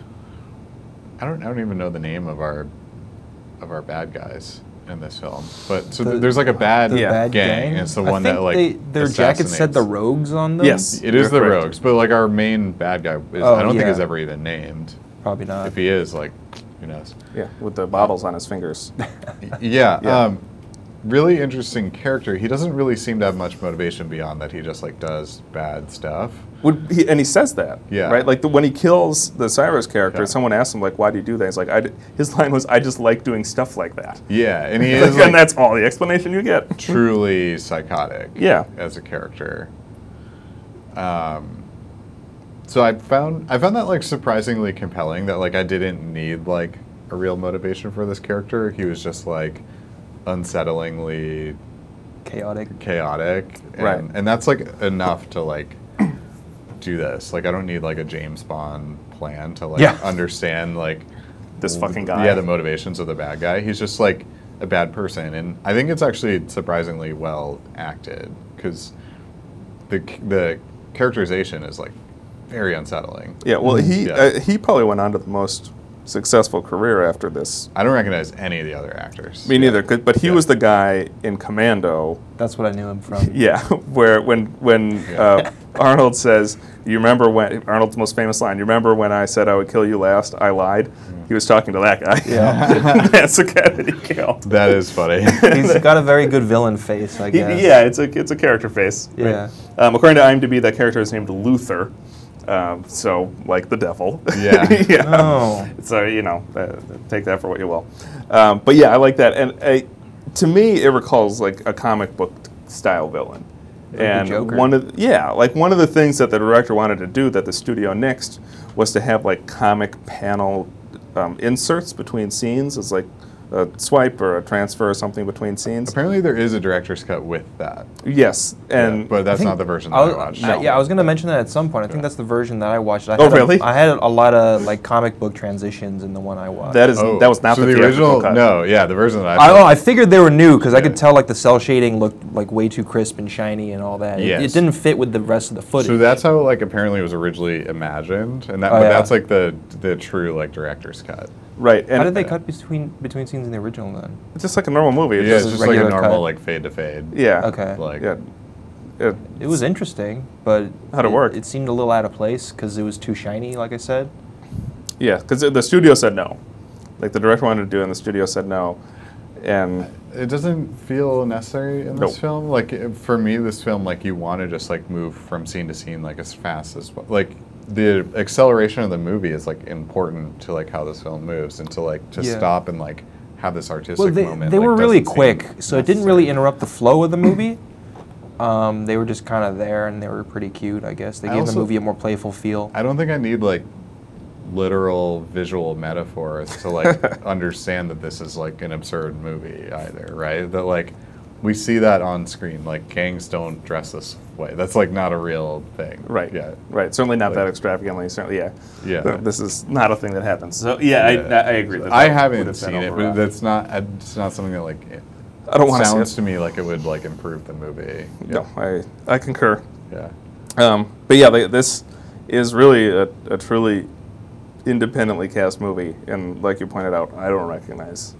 S1: I don't I don't even know the name of our of our bad guys in this film, but so
S3: The-
S1: there's like a bad,
S3: The
S2: Yeah.
S3: bad gang.
S1: and it's the
S3: I
S1: one
S3: think
S1: that like
S3: they, their jackets said the
S1: assassinates.
S3: rogues on them.
S2: Yes.
S1: It is
S2: You're
S1: the
S2: correct.
S1: rogues, but like our main bad guy, is,
S3: Oh,
S1: I don't think
S3: yeah. Uh,
S1: is ever even named.
S3: probably not.
S1: If he is, like, who knows?
S2: Yeah, with the bobbles on his fingers.
S1: Y- Yeah.
S2: Yeah.
S1: Um, really interesting character. He doesn't really seem to have much motivation beyond that. He just like does bad stuff.
S2: Would he, and he says that,
S1: Yeah.
S2: right? Like the, when he kills the Cyrus character,
S1: Yeah.
S2: someone asked him like, "Why do you do that?" He's like, I d "His line was, I just like doing stuff like that."
S1: Yeah, and he
S2: Like,
S1: is
S2: and
S1: like,
S2: that's all the explanation you get.
S1: truly psychotic.
S2: Yeah.
S1: as a character. Um, so I found I found that like surprisingly compelling that like I didn't need like a real motivation for this character. He was just like unsettlingly
S3: Chaotic.
S1: chaotic and,
S2: Right.
S1: and that's like enough to like do this like i don't need like a james bond plan to like
S3: Yeah.
S1: understand like
S2: This
S1: w-
S2: fucking guy.
S1: yeah the motivations of the bad guy he's just like a bad person and i think it's actually surprisingly well acted because the c- the characterization is like very unsettling
S2: Yeah, well, he
S1: Yeah.
S2: Uh, he probably went on to the most successful career after this.
S1: i don't recognize any of the other actors
S2: Me neither, 'cause- but he
S1: Yeah.
S2: was the guy in Commando.
S3: That's what I knew him from.
S2: Yeah, where when when uh, Arnold says, "You remember when Arnold's most famous line? You remember when I said I would kill you last? I lied." He was talking to that guy.
S3: Yeah.
S2: that's the guy that he killed.
S1: that is funny
S3: He's got a very good villain face, I
S2: He-
S3: guess.
S2: yeah, it's a it's a character face. right?
S3: Yeah.
S2: Um, according to IMDb, that character is named Luther. Um, so like the devil.
S1: Yeah.
S2: yeah.
S3: Oh.
S2: So you know, uh, take that for what you will. Um, but yeah, I like that, and I, to me, it recalls like a comic book style villain.
S3: the
S2: and
S3: Joker.
S2: one of yeah, like one of the things that the director wanted to do that the studio nixed was to have like comic panel um, inserts between scenes. It's like a swipe or a transfer or something between scenes.
S1: apparently there is a director's cut with that
S2: Yes, and
S1: but that's
S3: I think-
S1: not the version that Oh,
S3: I
S1: i,
S3: was-
S1: watched
S3: I- yeah, I was gonna mention that at some point. I think that's the version that I watched. I had a-
S2: really?
S3: I had a lot of like comic book transitions in the one I watched.
S2: that is that was not
S1: Oh, so
S2: the,
S1: the,
S2: theatrical
S1: original.
S2: cut.
S1: No, yeah, the version that I.
S3: I,
S1: saw.
S3: oh, I figured they were new because I could tell like the cell shading looked like way too crisp and shiny and all that. It- It,
S1: Yes.
S3: didn't fit with the rest of the footage.
S1: so that's how like apparently it was originally imagined, and that
S3: Oh,
S1: but
S3: yeah.
S1: that's like the the true like director's cut.
S2: right? And
S3: How did they
S1: uh,
S3: cut between between scenes in the original then?
S2: It's just like a normal movie. It's
S1: yeah, it's
S2: just-
S1: just like a
S3: regular
S1: normal
S3: cut.
S1: like fade to fade.
S2: yeah.
S3: Okay.
S1: Like
S2: yeah. Yeah.
S3: It was interesting, but
S2: How'd it
S3: it
S2: work?
S3: It seemed a little out of place because it was too shiny, like I said.
S2: Yeah, because the studio said no. Like the director wanted to do it, and the studio said no. And
S1: it doesn't feel necessary in
S2: Nope.
S1: this film. Like it- for me, this film like you want to just like move from scene to scene like as fast as po- like the acceleration of the movie is like important to like how this film moves and to like to
S3: Yeah.
S1: stop and like have this artistic
S3: Well, they,
S1: moment.
S3: they
S1: like,
S3: were really
S1: doesn't seem
S3: quick, so it didn't really
S1: necessary.
S3: interrupt the flow of the movie. Um, they were just kind of there, and they were pretty cute, I guess. They
S1: I
S3: gave the
S1: also-
S3: movie a more playful feel.
S1: I don't think I need like literal visual metaphors to like understand that this is like an absurd movie either, right? That like we see that on screen. Like gangs don't dress this way. That's like not a real thing.
S2: right,
S1: Yeah.
S2: right. Certainly not that
S1: Like-
S2: extravagantly. Certainly, yeah.
S1: Yeah.
S2: Th- This is not a thing that happens. So yeah,
S1: Yeah.
S2: I, I agree. That
S1: I
S2: that would
S1: haven't
S2: have been
S1: seen it, but
S2: overwrought.
S1: that's not I- it's not something that like it
S2: I don't want to
S1: sounds
S2: see
S1: to me like it would like improve the movie.
S2: it. No, I I concur.
S1: Yeah.
S2: Um, but yeah, they, this is really a, a truly independently cast movie, and like you pointed out, I don't recognize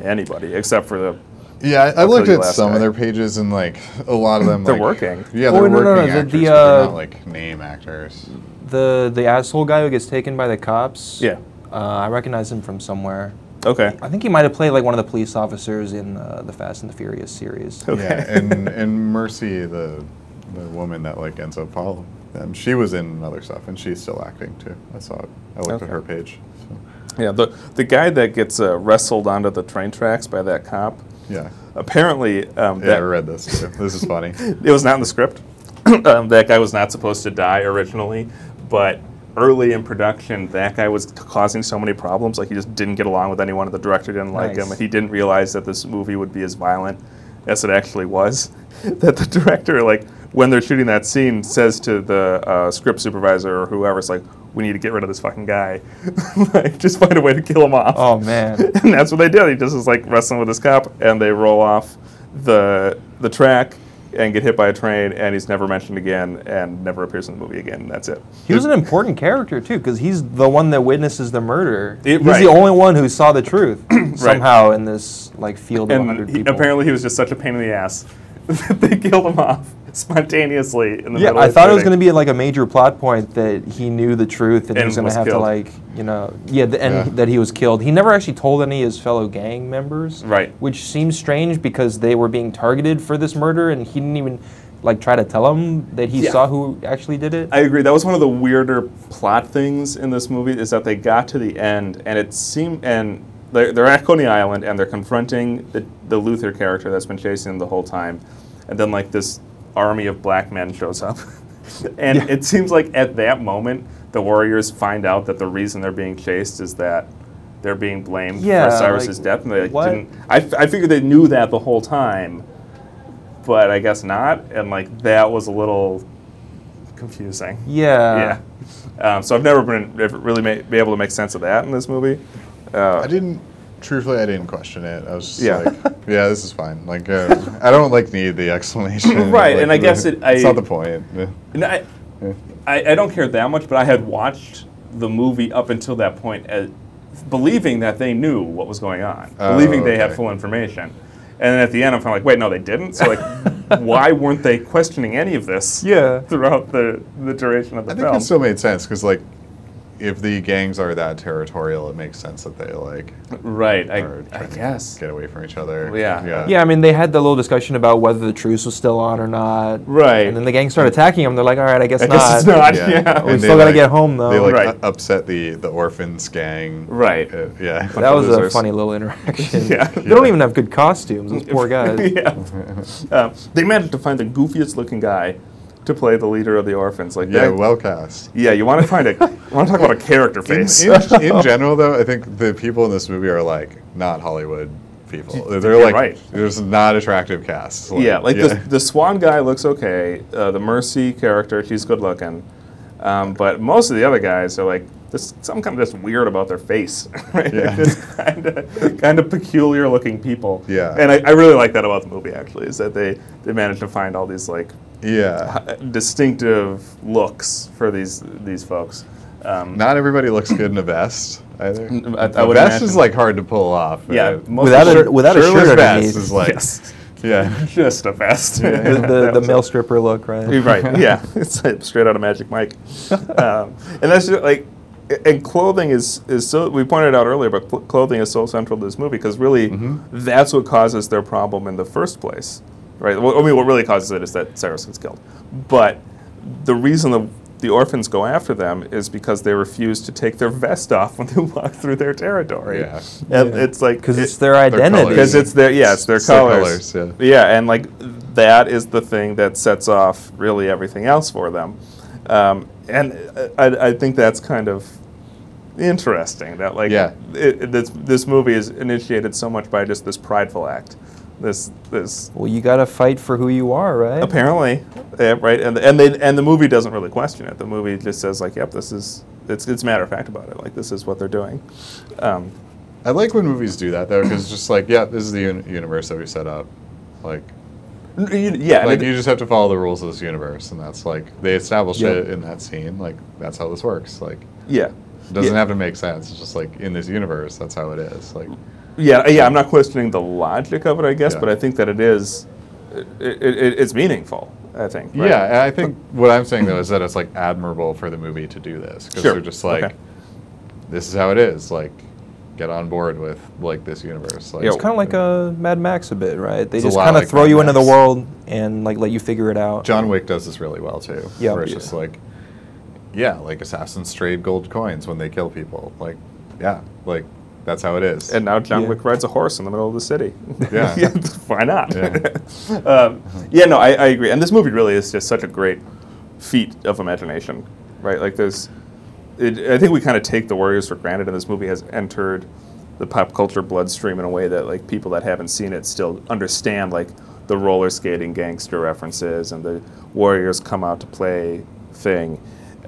S2: anybody except for the
S1: Yeah, I, I
S2: I'll
S1: looked
S2: tell you
S1: at
S2: last
S1: some
S2: night.
S1: of their pages and like a lot of them
S2: They're
S1: like-
S2: working.
S1: Yeah,
S3: Oh,
S1: they're
S3: no, no, no,
S1: working
S3: the-
S1: actors,
S3: the,
S1: but they're
S3: uh,
S1: not like name actors.
S3: The the asshole guy who gets taken by the cops.
S2: Yeah.
S3: Uh, I recognize him from somewhere.
S2: okay.
S3: I think he might have played like one of the police officers in uh, the Fast and the
S1: Oh.
S3: Furious series.
S2: Okay.
S1: Yeah, and and Mercy, the the woman that like ends up follow, Um, she was in other stuff, and she's still acting too. I saw it. I looked
S2: Okay.
S1: at her page. So,
S2: Yeah, the the guy that gets uh, wrestled onto the train tracks by that cop.
S1: yeah,
S2: Apparently, um,
S1: yeah. I
S2: that
S1: read this. Too. This is funny.
S2: it was not in the script. um, that guy was not supposed to die originally, but early in production, that guy was causing so many problems. Like he just didn't get along with anyone, and the director didn't like
S3: Nice.
S2: him, and he didn't realize that this movie would be as violent as it actually was. that the director, like when they're shooting that scene, says to the uh, script supervisor or whoever, "It's like we need to get rid of this fucking guy. like just find a way to kill him off."
S3: Oh man.
S2: and that's what they did. He just is like wrestling with his cop, and they roll off the the track and get hit by a train, and he's never mentioned again, and never appears in the movie again. That's it.
S3: He was an important character too, because he's the one that witnesses the murder.
S2: It-
S3: he's
S2: right.
S3: the only one who saw the truth somehow in this like field of
S2: And
S3: 100
S2: he-
S3: people.
S2: apparently, he was just such a pain in the ass that they killed him off spontaneously in the
S3: yeah,
S2: middle.
S3: I
S2: of
S3: thought it was going
S2: shooting.
S3: to be like a major plot point that he knew the truth and, he
S2: And
S3: was going to
S2: was
S3: have to
S2: killed.
S3: like you know yeah, th- and
S1: Yeah.
S3: that he was killed. He never actually told any of his fellow gang members,
S2: Right.
S3: Which seems strange because they were being targeted for this murder and he didn't even like try to tell them that he
S2: Yeah.
S3: saw who actually did it.
S2: I agree. That was one of the weirder plot things in this movie is that they got to the end and it seemed and they're, they're at Coney Island and they're confronting the, the Luther character that's been chasing them the whole time, and then like this army of black men shows up, and it seems like at that moment the warriors find out that the reason they're being chased is that they're being blamed
S3: Yeah,
S2: for Cyrus's
S3: like,
S2: death, and they
S3: what?
S2: like, didn't. I, f- I figured they knew that the whole time, but I guess not, and like that was a little confusing.
S3: yeah,
S2: Yeah. Um, so I've never been ever really ma- be able to make sense of that in this movie.
S1: I didn't. Truthfully, I didn't question it. I was just
S2: Uh, Yeah.
S1: like, "Yeah, this is fine." Like, uh, I don't like need the explanation.
S2: Right,
S1: Like,
S2: and I guess it-
S1: It's
S2: I-
S1: not the point. Yeah.
S2: And I, I, I don't care that much, but I had watched the movie up until that point as believing that they knew what was going on,
S1: Oh,
S2: believing they had
S1: okay.
S2: full information. And then at the end, I'm kind of like, wait, no, they didn't. So like, why weren't they questioning any of this?
S3: Yeah.
S2: Throughout the, the duration of the
S1: I think
S2: film.
S1: it still made sense because, like, if the gangs are that territorial, it makes sense that they like
S2: right.
S1: are
S2: I, I
S1: trying to
S2: guess.
S1: get away from each other.
S2: Yeah.
S1: yeah,
S3: Yeah, I mean, they had the little discussion about whether the truce was still on or not.
S2: Right.
S3: And then the gang started attacking him. They're like, all right, I guess
S2: I
S3: not.
S2: guess it's not. Yeah.
S1: And
S3: still
S1: they,
S3: gotta get home, though.
S1: They like
S2: Right.
S1: u- upset the the orphans gang.
S2: Right.
S1: Uh, yeah.
S3: That was a
S2: losers.
S3: funny little interaction.
S2: Yeah.
S3: They don't even have good costumes, those poor guys.
S2: yeah.
S1: Mm-hmm.
S2: Um, they managed to find the goofiest looking guy to play the leader of the orphans. Like
S1: yeah,
S2: that,
S1: well cast.
S2: yeah. You want to find a. you want to talk about a character
S1: In,
S2: face.
S1: in- in general, though, I think the people in this movie are like not Hollywood people. They're
S2: you're
S1: like
S2: right.
S1: there's not attractive casts.
S2: yeah, like The, the Swan guy looks okay. Uh, the Mercy character, she's good looking. Um, but most of the other guys are like, there's something kind of just weird about their face, right?
S1: Yeah.
S2: just kind of kind of peculiar looking people.
S1: Yeah.
S2: And I, I really like that about the movie actually, is that they they managed to find all these like
S1: yeah.
S2: distinctive looks for these these folks. Um,
S1: Not everybody looks good in a vest either.
S2: N- I- I
S1: A
S2: would
S1: vest
S2: imagine.
S1: is like hard to pull off.
S2: Yeah,
S1: right?
S2: most-
S3: Without a,
S2: Shirt-
S3: without a
S1: Shirtless
S3: shirt
S1: vest
S3: underneath.
S1: is like
S2: yes,
S1: yeah.
S2: just a fast.
S3: the, the, the male stripper look, right?
S2: You're right. Yeah, it's like straight out of Magic Mike, um, and that's just, like, and clothing is is so we pointed out earlier, but cl- clothing is so central to this movie because really that's what causes their problem in the first place, right? Well, I mean, what really causes it is that Cyrus gets killed, but the reason the the orphans go after them is because they refuse to take their vest off when they walk through their territory.
S1: Yeah.
S2: And
S3: Yeah.
S2: it's like
S3: Because
S2: it-
S3: it's their
S1: colors.
S3: identity.
S2: because it's their yeah, it's their
S1: It's their
S2: colors.
S1: colours,
S2: yeah. and like that is the thing that sets off really everything else for them, um, and I, I think that's kind of interesting that like
S1: Yeah.
S2: it, it- this this movie is initiated so much by just this prideful act, this this
S3: well, you gotta fight for who you are, right?
S2: apparently yeah, right and and they and the movie doesn't really question it. The movie just says like yep, this is it's it's matter of fact about it. Like this is what they're doing. Um,
S1: I like when movies do that though, because it's just like yeah, this is the un- universe that we set up. Like,
S2: n- you- yeah, and
S1: like
S2: it-
S1: you just have to follow the rules of this universe, and that's like they establish
S3: Yeah.
S1: it in that scene. Like that's how this works. Like
S2: yeah.
S1: it doesn't
S2: yeah.
S1: have to make sense. It's just like in this universe, that's how it is. Like
S2: Yeah, yeah, I'm not questioning the logic of it, I guess,
S1: Yeah.
S2: but I think that it is, it, it, it's meaningful. I think. right?
S1: Yeah, and I think what I'm saying though is that it's like admirable for the movie to do this because
S2: Sure.
S1: they're just like,
S2: Okay.
S1: this is how it is. Like, get on board with like this universe. Like,
S2: Yeah,
S3: It's kind of like a Mad Max a bit, right? They
S1: It's a
S3: just
S1: lot
S3: kind of
S1: like
S3: throw
S1: Mad
S3: you into the
S1: Max.
S3: world and like let you figure it out.
S1: John Wick does this really well too.
S3: Yeah.
S1: where it's
S3: Yeah.
S1: just like, yeah, like assassins trade gold coins when they kill people. Like, yeah, like that's how it is.
S2: And now John
S3: Yeah.
S2: Wick rides a horse in the middle of the city.
S1: Yeah.
S2: Why not?
S1: Yeah.
S2: Yeah, um, yeah no, I, I agree. And this movie really is just such a great feat of imagination, right? Like, there's. It, I think we kind of take the Warriors for granted, and this movie has entered the pop culture bloodstream in a way that, like, people that haven't seen it still understand, like, the roller skating gangster references and the Warriors come out to play thing.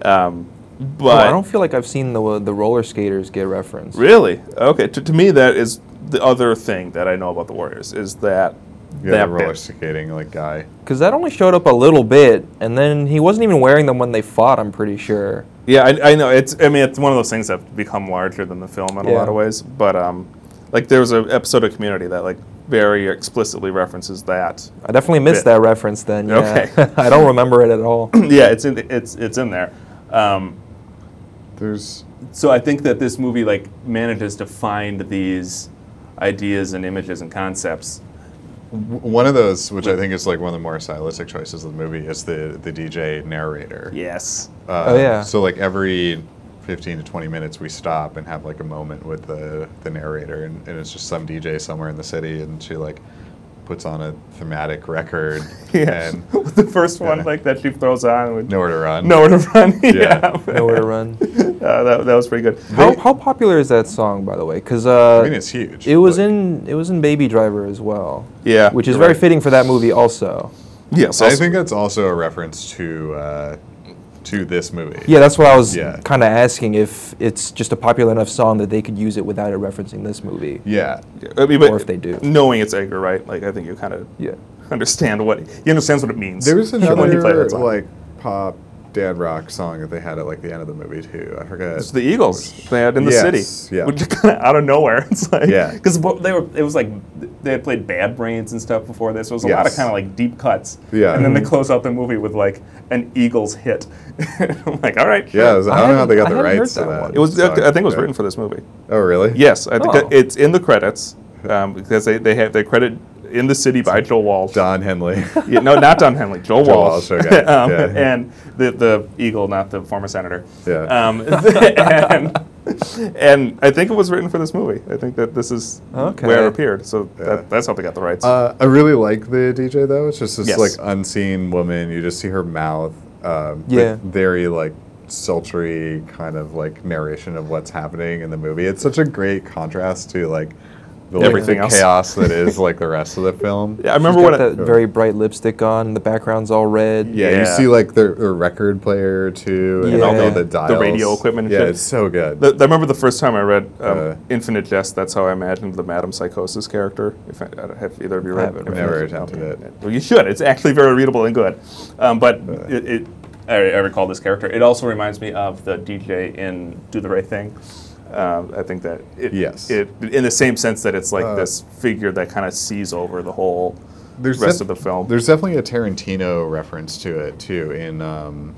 S2: Um,
S3: Oh,
S2: but
S3: I don't feel like I've seen the the roller skaters get referenced.
S2: Really? Okay. To, to me, that is the other thing that I know about the Warriors is that
S1: yeah,
S2: that
S1: the roller
S2: bit.
S1: skating like guy.
S3: Because that only showed up a little bit, and then he wasn't even wearing them when they fought. I'm pretty sure.
S2: Yeah, I, I know. It's I mean, it's one of those things that become larger than the film in a
S3: Yeah.
S2: lot of ways. But um, like there was an episode of Community that like very explicitly references that.
S3: I definitely missed
S2: Bit.
S3: that reference then. Yeah.
S2: Okay.
S3: I don't remember it at all.
S2: yeah, it's in it's it's in there. Um,
S1: There's
S2: so I think that this movie like manages to find these ideas and images and concepts.
S1: w- one of those which I think is like one of the more stylistic choices of the movie is the the DJ narrator.
S2: Yes.
S1: Uh,
S3: Oh, yeah.
S1: So like every 15 to 20 minutes, we stop and have like a moment with the, the narrator, and, and it's just some DJ somewhere in the city, and she like puts on a thematic record and
S2: the first one
S1: Yeah.
S2: like that she throws on with
S1: nowhere to run.
S2: nowhere to run.
S1: Yeah.
S3: Nowhere to run.
S2: Uh, that, that was pretty good.
S3: How, how popular is that song, by the way? Because
S1: I
S3: uh,
S1: mean it's huge.
S3: it was
S1: Like,
S3: in it was in Baby Driver as well,
S2: Yeah,
S3: which is
S2: you're
S3: very
S2: right.
S3: fitting for that movie also.
S2: Yes,
S1: I
S2: also-
S1: think that's also a reference to uh, to this movie.
S3: Yeah, that's what I was
S1: Yeah.
S3: kind of asking if it's just a popular enough song that they could use it without it referencing this movie.
S1: Yeah.
S2: I mean, but
S3: or if they do.
S2: knowing it's Edgar Wright, like I think you kind of
S3: Yeah.
S2: understand what he understands what it means.
S1: There was
S2: when he played
S1: another
S2: that song.
S1: like pop dad rock song that they had at like the end of the movie too. I forget.
S2: It's the Eagles they had in the
S1: Yes,
S2: city,
S1: yeah.
S2: which is kind of out of nowhere. It's like
S1: Yeah.
S2: because they were it was like they had played Bad Brains and stuff before this. So it was a lot of
S1: Yes.
S2: kind of like deep cuts.
S1: Yeah. Mm-hmm.
S2: and then they close out the movie with like an Eagles hit. I'm like, all right,
S1: yeah, it
S2: sure.
S1: was-
S3: I
S1: I don't know how they got the
S3: haven't- I haven't
S1: rights to
S3: heard that
S1: that.
S3: one.
S2: It was. I
S1: song.
S2: think it was
S1: Yeah.
S2: written for this movie.
S1: Oh really?
S2: Yes, I think
S3: Oh.
S2: it's in the credits um, because they, they have they credit in the city by Joel Walsh.
S1: Don Henley.
S2: Yeah, no, not Don Henley, Joel,
S1: Joel
S2: Walsh,
S1: Walsh, okay.
S2: um,
S1: Yeah.
S2: and the the Eagle, not the former senator.
S1: Yeah.
S2: Um, and, and I think it was written for this movie. I think that this is
S3: Okay.
S2: where it appeared. So
S1: Yeah.
S2: that, that's how they got the rights.
S1: Uh, I really like the DJ though. It's just this
S2: Yes.
S1: like unseen woman. You just see her mouth. Um, with
S3: Yeah.
S1: Very like sultry kind of like narration of what's happening in the movie. It's such a great contrast to like the, like,
S2: Everything
S1: the
S2: else.
S1: chaos that is like the rest of the film.
S2: Yeah, I remember
S3: She's
S2: when
S3: got
S2: I-
S3: that very bright lipstick on, and the background's all red.
S1: Yeah,
S2: Yeah.
S1: you see like the, the record player too, and
S3: Yeah.
S1: all the,
S3: The-
S1: the
S3: the
S1: dials,
S2: radio equipment and
S1: Yeah,
S2: shit.
S1: it's so good.
S2: The- I remember the first time I read um,
S1: Uh,
S2: Infinite Jest. That's how I imagined the Madam Psychosis character. If I, I don't, have either of you
S3: I
S2: read
S3: haven't
S2: Infinite
S1: read it.
S2: Jest?
S1: Never attempted it. Uh.
S2: Well, you should. It's actually very readable and good. Um, but it, it I, I recall this character. It also reminds me of the DJ in Do the Right Thing. Um, I think that it,
S1: Yes.
S2: it in the same sense that it's like
S1: Uh,
S2: this figure that kind of sees over the whole
S1: there's
S2: rest
S1: def-
S2: of the film.
S1: There's definitely a Tarantino reference to it too in um,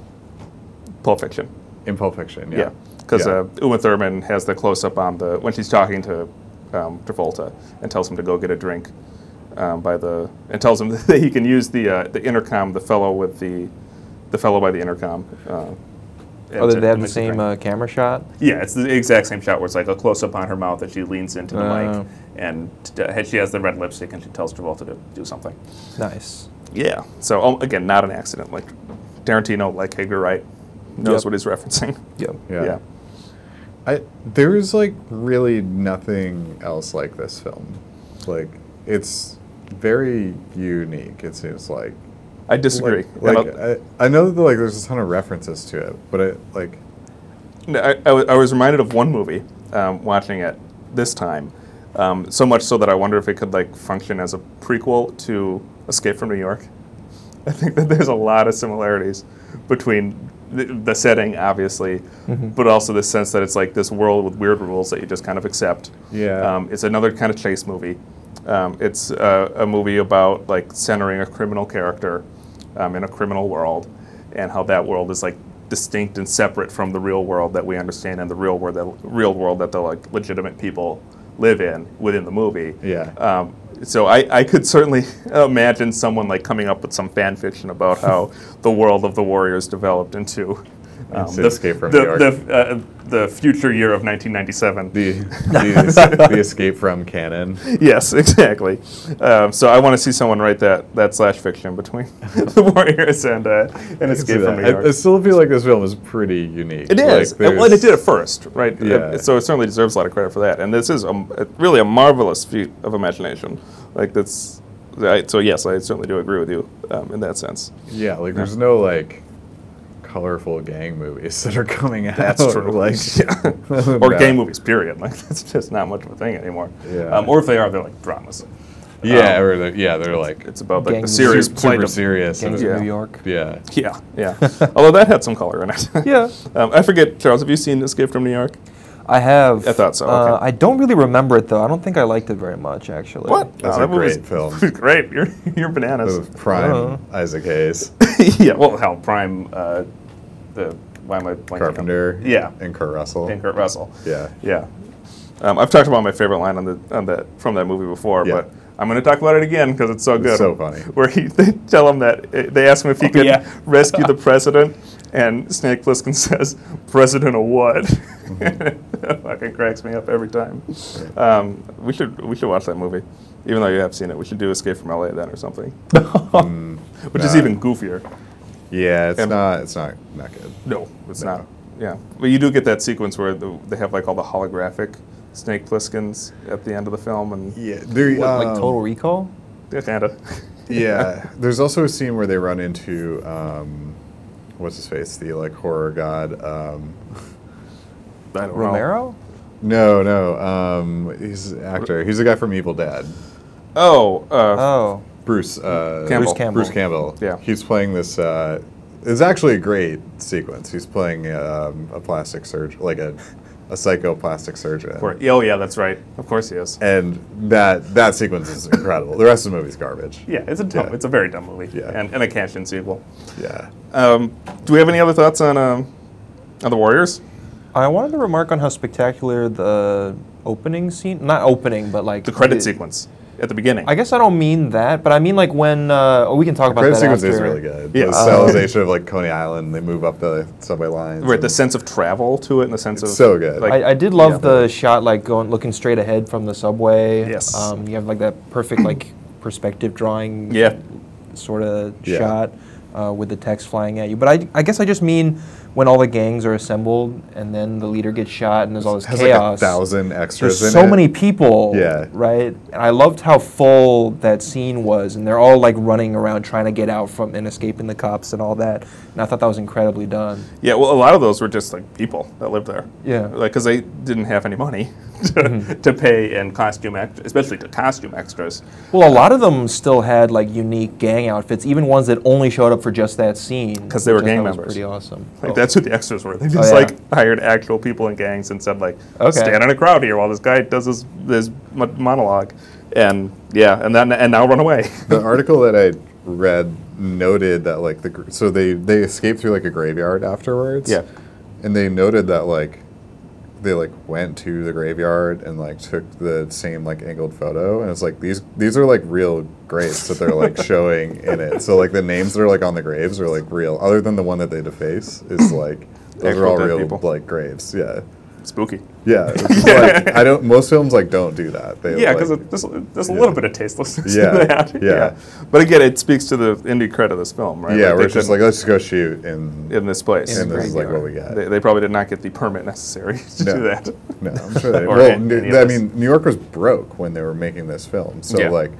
S2: Pulp Fiction.
S1: in Pulp Fiction.
S2: Yeah,
S1: Yeah,
S2: because
S1: Yeah.
S2: uh, Uma Thurman has the close up on the when she's talking to um, Travolta and tells him to go get a drink um, by the and tells him that he can use the uh, the intercom, the fellow with the the fellow by the intercom. Uh,
S3: Oh,
S2: to-
S3: did they have
S2: to
S3: the
S2: make drink.
S3: same uh, camera shot?
S2: Yeah, it's the exact same shot where it's like a close up on her mouth that she leans into the
S3: Oh.
S2: mic and uh, she has the red lipstick and she tells Travolta to do something.
S3: Nice.
S2: Yeah. So um, again, not an accident. Like Tarantino, like Hager Wright, knows
S3: Yep.
S2: what he's referencing.
S3: Yep.
S1: yeah. I, there is like really nothing else like this film. Like it's very unique. It seems like.
S2: I disagree.
S1: Like,
S2: And
S1: like,
S2: I'll-
S1: I, I know that like there's a ton of references to it, but it like
S2: No, I, I, wa- I was reminded of one movie um, watching it this time, um, so much so that I wonder if it could like function as a prequel to Escape from New York. I think that there's a lot of similarities between the, the setting, obviously,
S1: Mm-hmm.
S2: but also the sense that it's like this world with weird rules that you just kind of accept.
S1: Yeah.
S2: Um, it's another kind of chase movie. Um, it's uh, a movie about like centering a criminal character um, in a criminal world, and how that world is like distinct and separate from the real world that we understand and the real world that real world that the like legitimate people live in within the movie.
S1: Yeah.
S2: Um, so I, I could certainly imagine someone like coming up with some fan fiction about how the world of the Warriors developed into um,
S1: It's
S2: the,
S1: Escape from
S2: the,
S1: New York.
S2: the, uh, the future year of 1997.
S1: the, the, the escape from canon.
S2: Yes, exactly. Um, so I want to see someone write that that slash fiction between the Warriors and uh, and Escape from New
S1: I,
S2: York.
S1: I still feel like this film is pretty unique.
S2: It
S1: Like,
S2: is, and, well, and it
S1: there's-
S2: did it first, right?
S1: Yeah.
S2: Uh, so it certainly deserves a lot of credit for that. And this is a m- a- really a marvelous feat of imagination. Like that's, I, so yes, I certainly do agree with you um, in that sense.
S1: Yeah, like there's no like colorful gang movies that are coming out. Oh, Like,
S2: Yeah. or
S1: about-
S2: gay movies, period. Like that's just not much of a thing anymore.
S1: Yeah.
S2: Um, or if they are, they're like dramas.
S1: Yeah,
S2: Um,
S1: or they're, yeah, they're like
S2: It's about like the
S3: Gangs.
S2: serious
S1: super,
S2: plight
S1: super
S2: of-
S1: serious.
S3: Gangs
S1: and-
S2: Yeah.
S3: of New York.
S1: yeah.
S2: Yeah, yeah. Although that had some color in it.
S3: Yeah.
S2: Um, I forget, Charles. Have you seen Escape from New York?
S3: I have.
S2: I thought so,
S3: Uh,
S2: okay.
S3: I don't really remember it though. I don't think I liked it very much actually.
S2: What?
S1: That's
S2: No,
S1: a
S2: that movie's-
S1: great film.
S2: great. You're you're bananas.
S1: Those prime
S3: Uh-huh.
S1: Isaac Hayes,
S2: yeah, well, hell, Prime, uh, the, why am I blanking? on-
S1: Carpenter,
S2: uh, Yeah,
S1: and Kurt Russell.
S2: and Kurt Russell.
S1: Yeah.
S2: Yeah. Um, I've talked about my favorite line on the on that from that movie before,
S1: Yeah.
S2: but I'm going to talk about it again because it's so good.
S1: so funny. Oh,
S2: Where he, they tell him that eh, they ask him if he could
S3: yeah.
S2: rescue the president, and Snake Plissken says, "President of what?"
S1: Mm-hmm.
S2: It fucking cracks me up every time. Um, we should we should watch that movie, even though you have seen it. We should do Escape from LA then or something, which is
S1: Mm, nah.
S2: even goofier.
S1: Yeah, it's
S2: And-
S1: not. It's not not good.
S2: No, it's
S1: No.
S2: not. Yeah, but you do get that sequence where the, they have like all the holographic Snake Plisskens at the end of the film, and
S1: Yeah, there,
S3: What, like
S1: um,
S3: Total Recall?
S2: kind of.
S1: yeah. There's also a scene where they run into um, what's his face, the like horror god. Um,
S2: I don't know.
S3: Romero?
S1: no, no, um, he's an actor. He's the guy from Evil Dead.
S2: Oh, uh,
S3: Oh.
S1: Bruce. Uh,
S2: Campbell.
S3: Bruce Campbell.
S1: Bruce Campbell.
S2: Yeah.
S1: He's playing this. Uh, it's actually a great sequence. He's playing um, a plastic surgeon, like a, a psychoplastic surgeon.
S2: for- oh yeah, that's right. Of course he is.
S1: And that that sequence is incredible. the rest of the movie's garbage.
S2: Yeah, it's a dumb,
S1: Yeah.
S2: it's a very dumb movie,
S1: Yeah.
S2: and, and a cash-in sequel.
S1: Yeah.
S2: Um, do we have any other thoughts on um, on the Warriors?
S3: I wanted to remark on how spectacular the opening scene, not opening, but like
S2: The credit
S3: it-
S2: sequence at the beginning.
S3: I guess I don't mean that, but I mean like when uh, oh, we can talk about
S1: Credit
S3: that
S1: sequence
S3: after.
S1: is really good.
S2: Yeah.
S1: The
S2: Uh,
S1: stylization of like Coney Island, they move up the subway lines.
S2: right, the
S1: and-
S2: sense of travel to it, and the sense
S1: It's
S2: of
S1: so good.
S2: like-
S3: I, I did love
S2: Yeah.
S3: the shot like going looking straight ahead from the subway.
S2: Yes.
S3: Um, you have like that perfect like perspective drawing
S2: Yeah.
S3: sort of
S1: Yeah.
S3: shot uh, with the text flying at you. But I, I guess I just mean when all the gangs are assembled and then the leader gets shot and there's all this
S1: has like a
S3: chaos.
S1: thousand extras
S3: there's
S1: in
S3: so
S1: it.
S3: many people,
S1: Yeah.
S3: right? And I loved how full that scene was, and they're all like running around trying to get out from and escaping the cops and all that. And I thought that was incredibly done.
S2: Yeah, well, a lot of those were just like people that lived there.
S3: Yeah.
S2: like because they didn't have any money to,
S1: Mm-hmm.
S2: to pay and costume, act- especially to costume extras.
S3: Well, a lot of them still had like unique gang outfits, even ones that only showed up for just that scene.
S2: 'Cause they were
S3: which I
S2: gang
S3: thought was
S2: members.
S3: Pretty awesome.
S2: Like
S3: Oh.
S2: that's who the extras were. They just
S3: yeah.
S2: like hired actual people in gangs and said like,
S3: Okay.
S2: stand in a crowd here while this guy does his this monologue, and yeah, and then and now run away.
S1: the article that I read noted that like the gr- so they they escaped through like a graveyard afterwards.
S2: Yeah.
S1: and they noted that like they like went to the graveyard and like took the same like angled photo and it's like these these are like real graves that they're like showing in it so like the names that are like on the graves are like real other than the one that they deface is like those are
S2: Actual
S1: all
S2: dead
S1: real
S2: people.
S1: like graves yeah
S2: Spooky.
S1: yeah which is, like, i don't most films like don't do that they
S2: Yeah,
S1: like-
S2: because there's, there's a
S1: yeah.
S2: little bit of tastelessness
S1: Yeah,
S2: in that.
S1: yeah.
S2: But again, it speaks to the indie credit of this film, right?
S1: yeah
S2: Like, they
S1: we're just like
S2: couldn't-
S1: let's just go shoot and
S2: in this place.
S3: In
S1: and
S3: the
S1: this is like what we
S3: graveyard.
S1: got
S2: They, they probably did not get the permit necessary to
S1: No.
S2: do that.
S1: No, I'm sure they.
S2: Or
S1: well,
S2: any-
S1: New-
S2: any of
S1: I
S2: this.
S1: mean, New York was broke when they were making this film, so
S2: Yeah.
S1: like,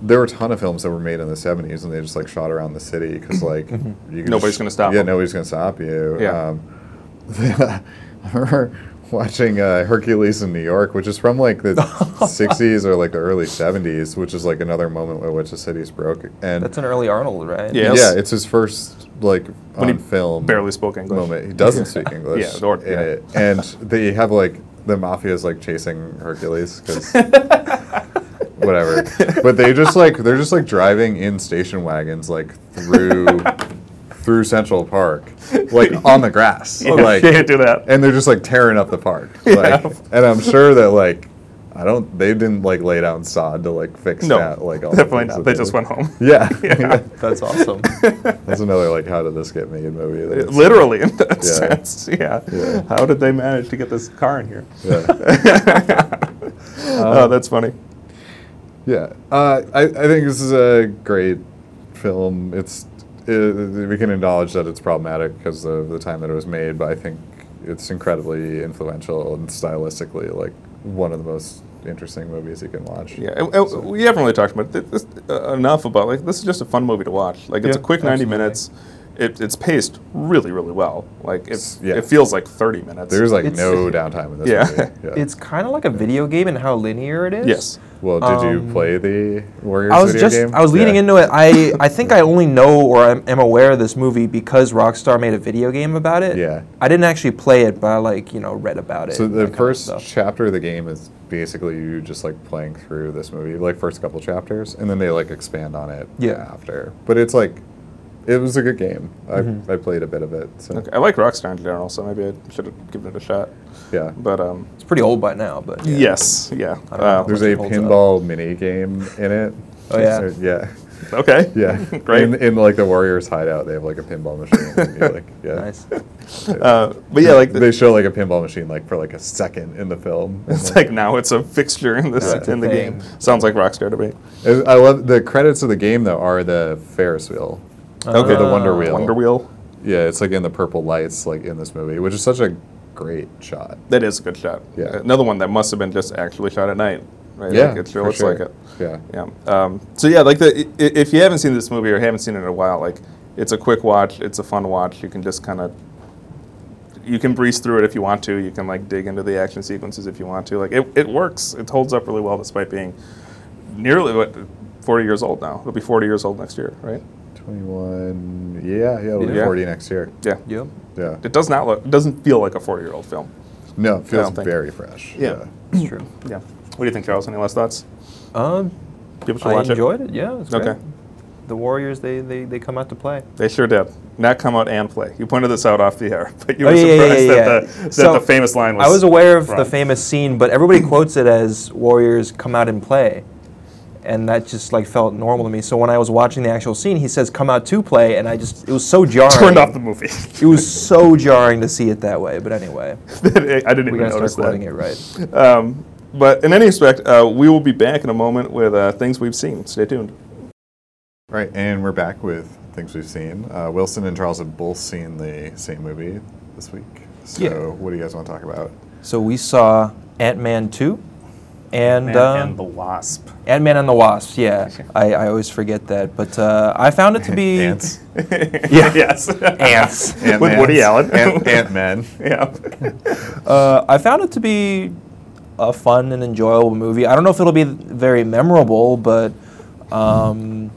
S1: there were a ton of films that were made in the '70s, and they just like shot around the city because like you could
S2: Mm-hmm. Nobody's
S1: just-
S2: gonna stop
S1: Yeah,
S2: them.
S1: nobody's gonna stop you.
S2: Yeah.
S1: Um, I remember watching uh, Hercules in New York, which is from like the '60s or like the early '70s, which is like another moment in which the city's broke. And
S3: That's an early Arnold, right?
S2: Yeah. Yes.
S1: yeah, it's his first like
S2: When he
S1: on film
S2: barely spoke English.
S1: moment. He doesn't speak English.
S2: Yeah, or-
S1: in
S2: yeah.
S1: it. and they have like the mafia is like chasing Hercules because whatever. But they just like they're just like driving in station wagons like through through Central Park, like on the grass.
S2: Yeah,
S1: like,
S2: you can't do that.
S1: And they're just like tearing up the park. Like,
S2: Yeah.
S1: And I'm sure that like, I don't. They didn't like lay down sod to like fix
S2: No,
S1: that. Like all the
S2: definitely
S1: things that
S2: not. They just
S1: did.
S2: went home.
S1: Yeah.
S2: Yeah.
S4: That's awesome.
S1: That's another like how did this get made movie. that it's-
S2: Literally, in that
S1: Yeah.
S2: sense. Yeah.
S1: Yeah.
S2: How did they manage to get this car in here?
S1: Yeah.
S2: oh, that's funny.
S1: Yeah, uh, I, I think this is a great film. It's uh we can acknowledge that it's problematic because of the time that it was made, but I think it's incredibly influential and stylistically like one of the most interesting movies you can watch.
S2: Yeah, and- and we haven't really talked about it, this, uh, enough about like this is just a fun movie to watch. Like it's
S1: Yeah,
S2: a quick ninety
S3: absolutely.
S2: minutes. It, it's paced really, really well. Like it's,
S1: Yeah.
S2: it feels like thirty minutes.
S1: there's like
S3: It's-
S1: no downtime in this
S2: Yeah.
S1: movie. Yeah.
S3: It's kind of like a video game and how linear it is.
S2: yes,
S1: well, did you
S3: um,
S1: play the Warriors
S3: I was
S1: video
S3: just
S1: game?
S3: I was leading
S1: Yeah.
S3: into it. I I think I only know or am, am aware of this movie because Rockstar made a video game about it.
S1: Yeah.
S3: I didn't actually play it, but I like you know read about it.
S1: So
S3: and
S1: the
S3: that kind of
S1: first
S3: stuff.
S1: chapter of the game is basically you just like playing through this movie, like first couple chapters, and then they like expand on it
S3: Yeah.
S1: after. But it's like, it was a good game. I,
S3: Mm-hmm.
S1: I played a bit of it. So
S2: okay. I like Rockstar in general, so maybe I should have given it a shot.
S1: yeah,
S2: But um,
S3: it's pretty old by now, but yeah.
S2: yes, yeah.
S3: I don't know.
S2: Uh,
S1: there's a
S3: It holds up.
S1: pinball mini game in it.
S3: Oh, yeah.
S1: Or- yeah,
S2: okay,
S1: yeah.
S2: Great.
S1: In, in like the Warriors hideout, they have like a pinball machine. and you, like, yeah.
S3: Nice.
S2: Uh, but yeah, like the,
S1: they show like a pinball machine like for like a second in the film.
S2: it's like now it's a fixture in this
S1: Yeah.
S2: in the
S3: Thing.
S2: game. Sounds like Rockstar to me.
S1: I love the credits of the game though are the Ferris wheel.
S3: Okay.
S1: Or the Wonder
S3: Ah.
S1: Wheel.
S2: Wonder Wheel.
S1: Yeah, it's like in the purple lights, like in this movie, which is such a great shot.
S2: That is a good shot.
S1: Yeah.
S2: Another one that must have been just actually shot at night. Right?
S1: yeah,
S2: Like it sure
S1: for
S2: looks like it.
S1: Yeah,
S2: Yeah. Um, so yeah, like the i- i- if you haven't seen this movie or haven't seen it in a while, like it's a quick watch. It's a fun watch. You can just kind of you can breeze through it if you want to. You can like dig into the action sequences if you want to. Like it, it works. It holds up really well despite being nearly what 40 years old now. It'll be 40 years old next year, right?
S1: twenty-one. Yeah, yeah, it'll be
S2: Yeah.
S1: forty next year.
S2: Yeah.
S3: Yep.
S1: Yeah,
S2: It does not look. It doesn't feel like a 40 year old film.
S1: no, it feels
S2: don't think-
S1: very fresh.
S3: That's true.
S2: Yeah. What do you think, Charles? Any last thoughts?
S3: Um,
S2: People should
S3: I
S2: watch
S3: enjoyed it. Yeah. It's
S2: it. Okay.
S3: great. The Warriors, they, they they come out to play.
S2: They sure did. Not come out and play. You pointed this out off the air, but you
S3: Oh,
S2: were
S3: yeah, yeah,
S2: surprised
S3: yeah,
S2: that,
S3: yeah.
S2: The, that
S3: So,
S2: the famous line was.
S3: I was aware of the
S2: wrong.
S3: famous scene, but everybody quotes it as Warriors come out and play. And that just like felt normal to me. So when I was watching the actual scene, he says come out to play and I just it was so jarring.
S2: turned off the movie.
S3: It was so jarring to see it that way, but anyway,
S2: I didn't
S3: we
S2: even
S3: gotta start
S2: notice
S3: quoting
S2: that.
S3: it right.
S2: Um, but in any respect, uh, we will be back in a moment with uh, things we've seen. Stay tuned.
S1: All right, and we're back with things we've seen. Uh, Wilson and Charles have both seen the same movie this week. So,
S3: Yeah.
S1: what do you guys want to talk about?
S3: So we saw Ant Man two, and um,
S2: Wasp.
S3: Ant Man and the Wasp. Yeah, I, I always forget that, but uh, I found it to be
S1: Ants,
S2: Yeah. yes.
S3: Ants.
S1: Ant-Man.
S2: With Woody Allen.
S1: Ant, Ant-Man.
S2: yeah.
S3: Uh, I found it to be a fun and enjoyable movie. I don't know if it'll be very memorable, but um,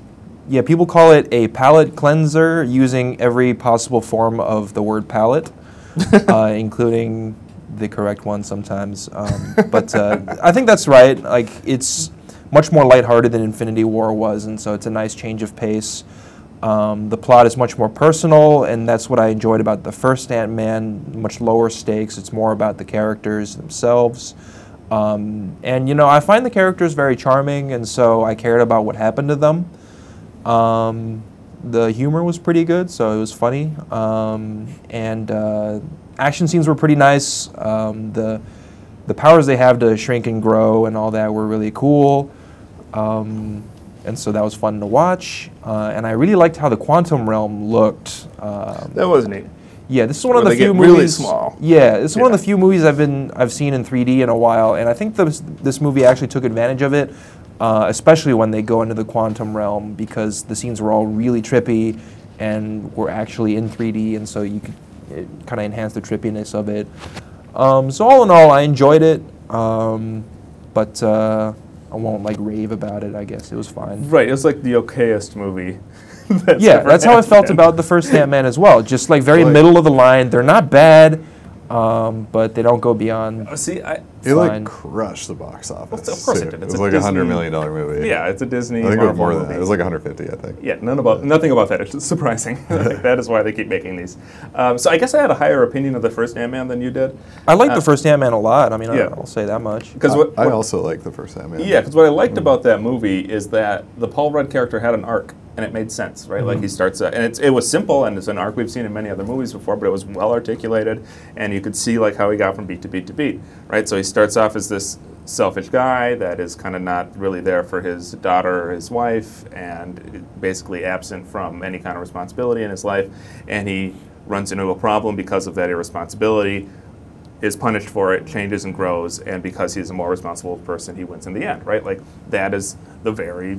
S3: yeah, people call it a palate cleanser using every possible form of the word palate, uh, including the correct one sometimes. Um, but uh, I think that's right. Like it's much more lighthearted than Infinity War was, and so it's a nice change of pace. Um, the plot is much more personal, and that's what I enjoyed about the first Ant Man. Much lower stakes. It's more about the characters themselves. Um, and, you know, I find the characters very charming, and so I cared about what happened to them. Um, the humor was pretty good, so it was funny. Um, and uh, action scenes were pretty nice. Um, the, the powers they have to shrink and grow and all that were really cool. Um, and so that was fun to watch. Uh, and I really liked how the quantum realm looked. Um,
S2: That was neat.
S3: yeah, this is one of
S2: Where
S3: the
S2: they
S3: few
S2: get really
S3: movies.
S2: small.
S3: Yeah, this is one of
S2: Yeah.
S3: the few movies I've been I've seen in 3D in a while, and I think this this movie actually took advantage of it, uh, especially when they go into the quantum realm because the scenes were all really trippy, and were actually in 3D, and so you could kind of enhance the trippiness of it. Um, so all in all, I enjoyed it, um, but uh, I won't like rave about it. I guess it was fine.
S2: Right. It's like the okayest movie. that's
S3: Yeah,
S2: ever
S3: that's how I felt
S2: happened.
S3: about the first Ant Man as well. Just like very
S1: Right.
S3: middle of the line. They're not bad. um, but they don't go beyond.
S2: Uh, See, I,
S1: It
S3: Fine.
S1: like crushed the box office.
S2: Of course it
S1: too.
S2: did. It's
S1: It was
S2: a
S1: like a hundred
S2: Disney-
S1: million dollar movie.
S2: yeah, it's a Disney.
S1: I think it was
S2: Marvel
S1: more than that.
S2: movie.
S1: It was like 150, I think.
S2: Yeah, none about nothing about that is surprising. Like, that is why they keep making these. Um, so I guess I had a higher opinion of the first Ant Man than you did.
S3: I like the first Ant Man a lot. I mean,
S2: uh, yeah.
S3: I, I'll say that much.
S2: Because what,
S1: I
S2: what-
S1: also like the first Ant-Man.
S2: yeah, because what I liked about that movie is that the Paul Rudd character had an arc and it made sense, right? Like he starts, out, and it's, it was simple and it's an arc we've seen in many other movies before, but it was well articulated and you could see like how he got from beat to beat to beat, right? So he starts off as this selfish guy that is kind of not really there for his daughter or his wife and basically absent from any kind of responsibility in his life, and he runs into a problem because of that irresponsibility is punished for it, changes and grows, and because he's a more responsible person, he wins in the end, right? Like that is the very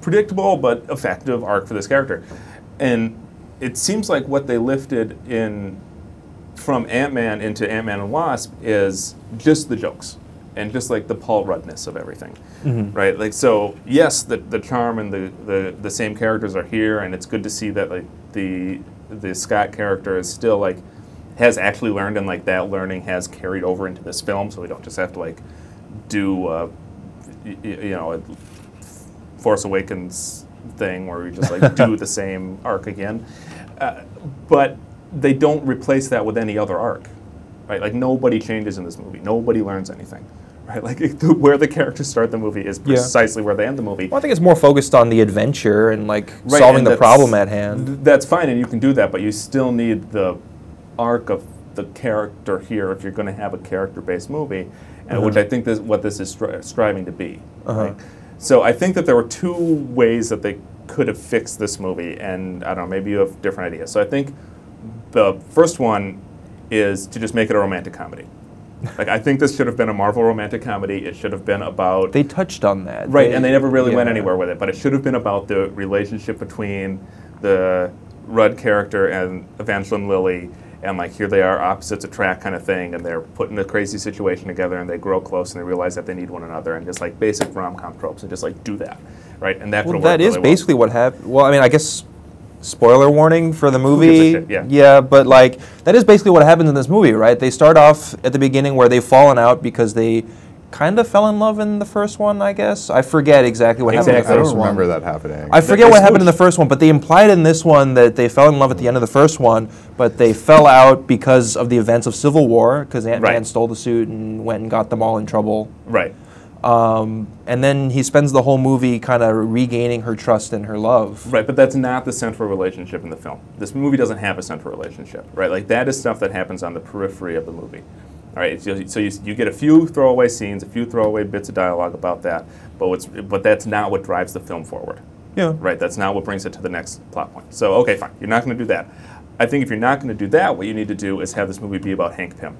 S2: predictable but effective arc for this character. And it seems like what they lifted in from Ant Man into Ant Man and Wasp is just the jokes and just like the Paul Ruddness of everything, right? Like so, yes, the, the charm and the, the the same characters are here, and it's good to see that like the the Scott character is still like has actually learned, and like that learning has carried over into this film, so we don't just have to like do uh, y- y- you know a Force Awakens thing where we just like do the same arc again. Uh, but they don't replace that with any other arc, right? Like nobody changes in this movie. Nobody learns anything, right? Like it, where the characters start the movie is
S3: Yeah.
S2: precisely where they end the movie.
S3: Well, I think it's more focused on the adventure and like
S2: Right,
S3: solving
S2: and
S3: the
S2: that's-
S3: problem at hand.
S2: th- That's fine, and you can do that, but you still need the arc of the character here if you're going to have a character-based movie, and
S3: Uh-huh.
S2: which I think this what this is stri- striving to be. right? So I think that there were two ways that they could have fixed this movie, and I don't know, maybe you have different ideas. So I think the first one is to just make it a romantic comedy. like I think this should have been a Marvel romantic comedy. It should have been about
S3: They touched on that,
S2: Right, and they never really went
S3: yeah.
S2: anywhere with it. But it should have been about the relationship between the Rudd character and Evangeline Lilly, and like here they are, opposites attract kind of thing, and they're put in a crazy situation together, and they grow close, and they realize that they need one another, and just like basic rom com tropes, and just like do that, right? And that
S3: Well,
S2: could
S3: that is basically what happened. Well, I mean, I guess spoiler warning for the movie.
S2: gives a shit? Yeah.
S3: but like that is basically what happens in this movie, right? They start off at the beginning where they've fallen out because they kind of fell in love in the first one, I guess. I forget exactly what happened.
S1: I
S3: in
S2: Exactly.
S3: the
S1: don't
S3: first
S1: remember
S3: one.
S1: that happening.
S3: I forget
S2: It's
S3: what happened in
S2: huge.
S3: the first one, but they implied in this one that they fell in love at the end of the first one, but they fell out because of the events of Civil War, because Ant Man
S2: Right.
S3: stole the suit and went and got them all in trouble.
S2: right.
S3: Um, and then he spends the whole movie kind of regaining her trust and her love.
S2: Right, but that's not the central relationship in the film. This movie doesn't have a central relationship, right? Like that is stuff that happens on the periphery of the movie. All right, so, so you, you get a few throwaway scenes, a few throwaway bits of dialogue about that, but it's, but that's not what drives the film forward,
S3: Yeah.
S2: right? That's not what brings it to the next plot point. So okay, fine, you're not going to do that. I think if you're not going to do that, what you need to do is have this movie be about Hank Pym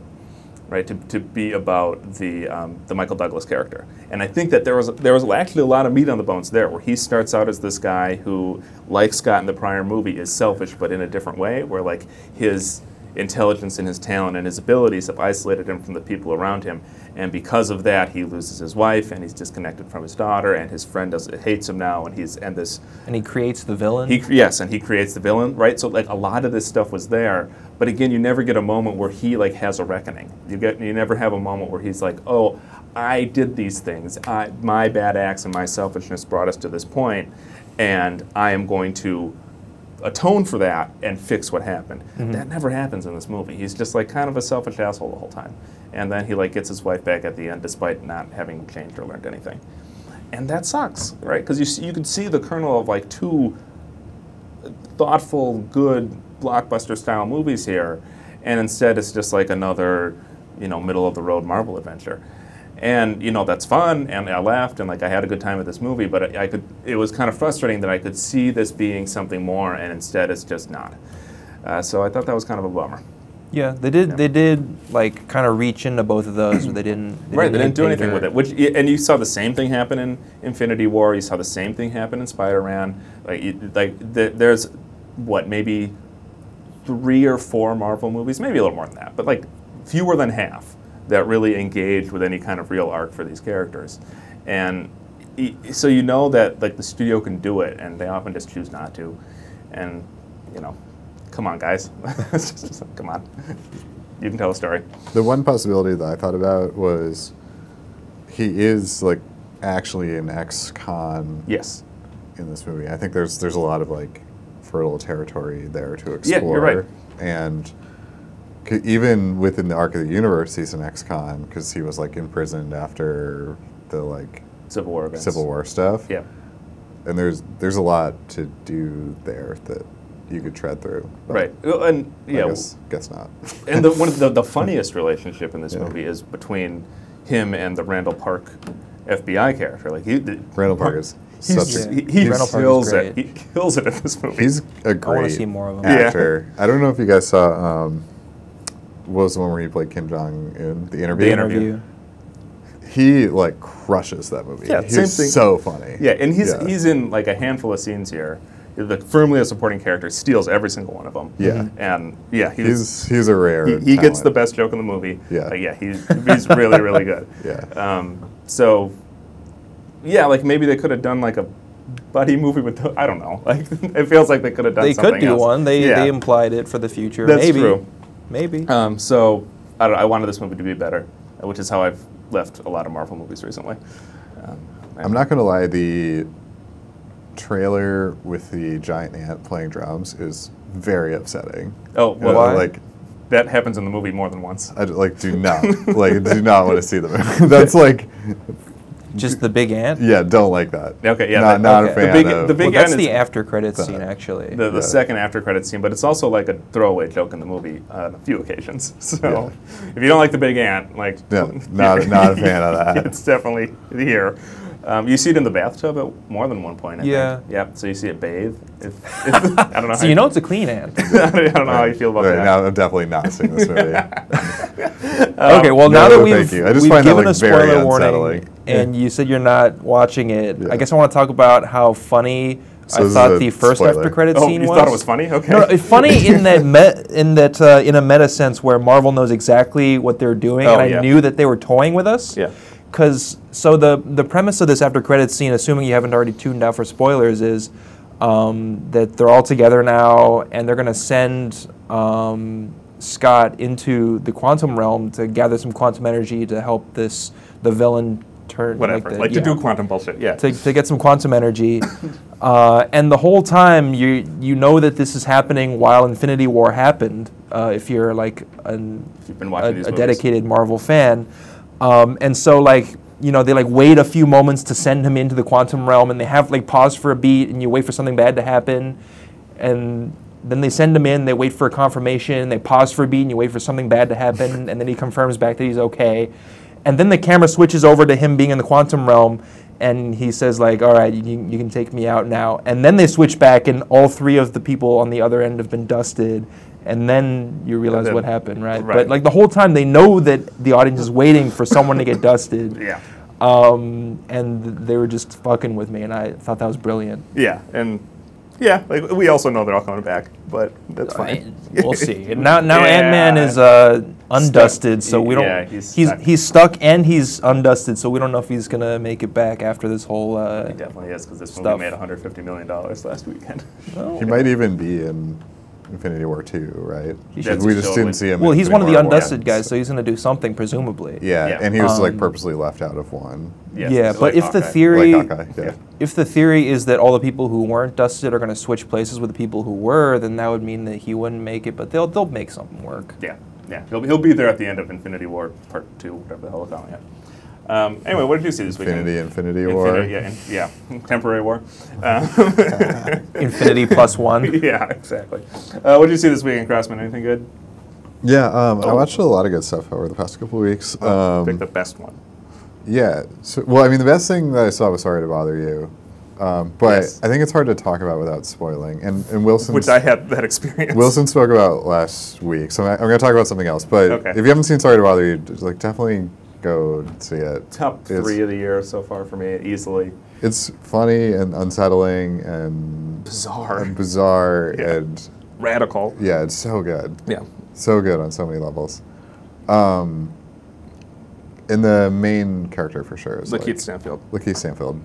S2: right? To, to be about the um, the Michael Douglas character, and I think that there was there was actually a lot of meat on the bones there, where he starts out as this guy who, like Scott in the prior movie, is selfish but in a different way, where like his intelligence and his talent and his abilities have isolated him from the people around him, and because of that, he loses his wife and he's disconnected from his daughter, and his friend does, hates him now, and he's and this
S3: And he creates the villain.
S2: he, yes, and he creates the villain, right? So like a lot of this stuff was there, but again, you never get a moment where he like has a reckoning. You get you never have a moment where he's like, oh, I did these things. I, my bad acts and my selfishness brought us to this point, and I am going to atone for that and fix what happened. That never happens in this movie. He's just like kind of a selfish asshole the whole time, and then he like gets his wife back at the end despite not having changed or learned anything. And that sucks, right? Because you, s- you could see the kernel of like two thoughtful, good blockbuster style movies here, and instead it's just like another, you know, middle of the road Marvel adventure. And you know that's fun, and I laughed, and like I had a good time with this movie, but I, I could. It was kind of frustrating that I could see this being something more, and instead it's just not. Uh, so I thought that was kind of a bummer.
S3: yeah, they did. They did like kind of reach into both of those, but they didn't.
S2: Right, they didn't do anything
S3: hinder-
S2: with it. Which and you saw the same thing happen in Infinity War. You saw the same thing happen in Spider-Man. Like, you- like th- there's what maybe three or four Marvel movies, maybe a little more than that, but like fewer than half that really engaged with any kind of real arc for these characters, and y- so you know that like the studio can do it, and they often just choose not to, and you know, come on guys, It's just- come on. you can tell a story.
S1: The one possibility that I thought about was he is like actually an ex-con
S2: Yes.
S1: in this movie. I think there's there's a lot of like fertile territory there to
S2: Yeah,
S1: explore.
S2: you're right.
S1: And c- even within the arc of the universe, he's an ex-con because he was like imprisoned after the like
S2: Civil War events.
S1: Civil War stuff.
S2: Yeah.
S1: And there's there's a lot to do there that you could tread through. but
S2: Right. Well, And
S1: I
S2: yeah,
S1: guess, guess not.
S2: and the, one of the, the funniest relationship in this
S1: Yeah.
S2: movie is between him and the Randall Park FBI character. Like he, the,
S1: Randall Park is
S2: he's,
S1: such a-
S2: he, he
S3: Randall Park is
S2: kills it. He
S3: great.
S2: kills it in this movie.
S1: He's a
S3: wanna
S1: great
S3: see more of him.
S2: Yeah.
S1: actor. I don't know if you guys saw. Um, what was the one where he played Kim Jong in the interview?
S2: The Interview.
S1: He like crushes that movie.
S2: Yeah,
S1: he's
S2: same thing.
S1: so funny.
S2: yeah, and he's
S1: Yeah.
S2: he's in like a handful of scenes here. The firmly a supporting character steals every single one of them.
S1: Yeah.
S2: and yeah, he was-
S1: he's he's a rare.
S2: he, he gets the
S1: talent.
S2: best joke in the movie.
S1: Yeah.
S2: Uh, yeah, he's, he's really, really good.
S1: Yeah.
S2: Um, so, yeah, like maybe they could have done like a buddy movie with, the, I don't know. Like it feels like they could have done
S3: They
S2: something
S3: could do
S2: else.
S3: one. They,
S2: yeah.
S3: they implied it for the future.
S2: That's
S3: Maybe.
S2: true.
S3: Maybe.
S2: um, so, I, don't, I wanted this movie to be better, uh, which is how I've left a lot of Marvel movies recently. Um,
S1: I'm not gonna lie. The trailer with the giant ant playing drums is very upsetting.
S2: Oh,
S1: You know,
S2: well,
S3: Why?
S1: like
S2: that happens in the movie more than once.
S1: I d- like do not like do not want to see the movie. That's like
S3: Just the big ant.
S1: yeah, don't like that.
S2: Okay, yeah,
S1: not,
S2: that-
S1: not
S3: okay.
S1: a
S3: The
S1: fan.
S2: big-
S1: of,
S2: the big
S3: Well, that's
S2: ant is-
S3: the after credits scene, actually.
S2: The, the
S1: Yeah.
S2: second after credit scene, but it's also like a throwaway joke in the movie on a few occasions. So if you don't like the big ant, like
S1: No, not- not a fan of that.
S2: It's definitely here. Um, you see it in the bathtub at more than one point. I
S3: Yeah.
S2: Think. Yep. So you see it bathe. If, if- I don't know. how
S3: So you know it's a clean ant.
S2: I don't know how you feel about
S1: Right,
S2: that.
S1: now I'm definitely not seeing this movie.
S3: okay, well
S1: Um, no,
S3: now that
S1: no,
S3: we've,
S1: thank you. I just
S3: we've
S1: find that,
S3: given
S1: like,
S3: a spoiler
S1: very unsettling.
S3: warning, and you said you're not watching it,
S1: Yeah.
S3: I guess I want to talk about how funny
S1: So
S3: I
S1: this is
S3: thought
S1: a
S3: the first
S1: spoiler.
S3: after credit
S2: Oh,
S3: scene
S2: you
S3: was.
S2: thought it was funny? Okay.
S3: No, no, it's funny in that me- in that uh, in a meta sense where Marvel knows exactly what they're doing,
S2: Oh,
S3: and I
S2: yeah.
S3: knew that they were toying with us.
S2: Yeah.
S3: Because so the the premise of this after credits scene, assuming you haven't already tuned out for spoilers, is um, that they're all together now, and they're gonna send um, Scott into the quantum realm to gather some quantum energy to help this the villain turn
S2: Whatever.
S3: the-
S2: Like, to
S3: yeah
S2: do quantum bullshit. Yeah.
S3: to, to get some quantum energy. Uh, and the whole time, you you know that this is happening while Infinity War happened. Uh, if you're like an,
S2: You've been
S3: a,
S2: watching these
S3: a
S2: movies.
S3: dedicated Marvel fan, um, and so like you know they like wait a few moments to send him into the quantum realm, and they have like pause for a beat, and you wait for something bad to happen, and then they send him in. They wait for a confirmation. They pause for a beat, and you wait for something bad to happen, and then he confirms back that he's okay. And then the camera switches over to him being in the quantum realm, and he says like, "All right, you, you can take me out now." And then they switch back, and all three of the people on the other end have been dusted. And then you realize
S2: then-
S3: what happened, right?
S2: right.
S3: But like the whole time, they know that the audience is waiting for someone to get dusted.
S2: Yeah.
S3: Um, and they were just fucking with me, and I thought that was brilliant.
S2: Yeah. And yeah, like we also know they're all coming back, but that's
S3: Uh,
S2: fine.
S3: We'll see. Now, now
S2: Yeah.
S3: Ant Man is uh, undusted, so we don't.
S2: Yeah, he's
S3: he's he's
S2: stuck.
S3: stuck. and he's undusted, so we don't know if he's gonna make it back after this whole. Uh,
S2: He definitely is because this
S3: Stuff.
S2: movie made 150 million dollars last weekend.
S3: well,
S1: He might even be in Infinity War 2, right?
S3: He should
S1: we
S2: be.
S1: just
S2: Totally.
S1: didn't see him.
S3: well,
S1: in
S3: he's
S1: Infinity
S3: one of the
S1: War one.
S3: undusted guys, so he's gonna do something presumably.
S1: Yeah,
S2: Yeah.
S1: and he was like
S3: Um,
S1: purposely left out of one.
S2: Yes,
S3: yeah,
S2: it's like
S3: but if the
S2: Hawkeye.
S3: theory,
S1: Like Hawkeye, yeah.
S3: if the theory is that all the people who weren't dusted are gonna switch places with the people who were, then that would mean that he wouldn't make it. But they'll they'll make something work.
S2: Yeah, yeah. He'll, he'll be there at the end of Infinity War Part 2, whatever the hell they're calling it. Um, anyway, what did you see this weekend?
S1: Infinity, Infinity War.
S2: Infinity- yeah, in- yeah. Temporary war. Uh,
S3: Infinity plus one.
S2: yeah, exactly. Uh, what did you see this weekend, Crossman? Anything good?
S1: Yeah, um,
S2: Oh.
S1: I watched a lot of good stuff over the past couple of weeks. Um,
S2: Pick the best one.
S1: Yeah. So, well, I mean, the best thing that I saw was Sorry to Bother You. Um, but
S2: Yes.
S1: I think it's hard to talk about without spoiling. And, and Wilson's,
S2: Which I had that experience.
S1: Wilson spoke about last week, so I'm, I'm going to talk about something else. But
S2: Okay.
S1: if you haven't seen Sorry to Bother You, just, like definitely go see it.
S2: Top
S1: It's-
S2: three of the year so far for me, easily.
S1: It's funny and unsettling and
S2: Bizarre.
S1: and bizarre
S2: Yeah.
S1: and
S2: Radical.
S1: yeah, it's so good,
S2: Yeah.
S1: so good on so many levels. Um, and the main character for sure is
S2: Lakeith
S1: like,
S2: Stanfield.
S1: Lakeith Stanfield.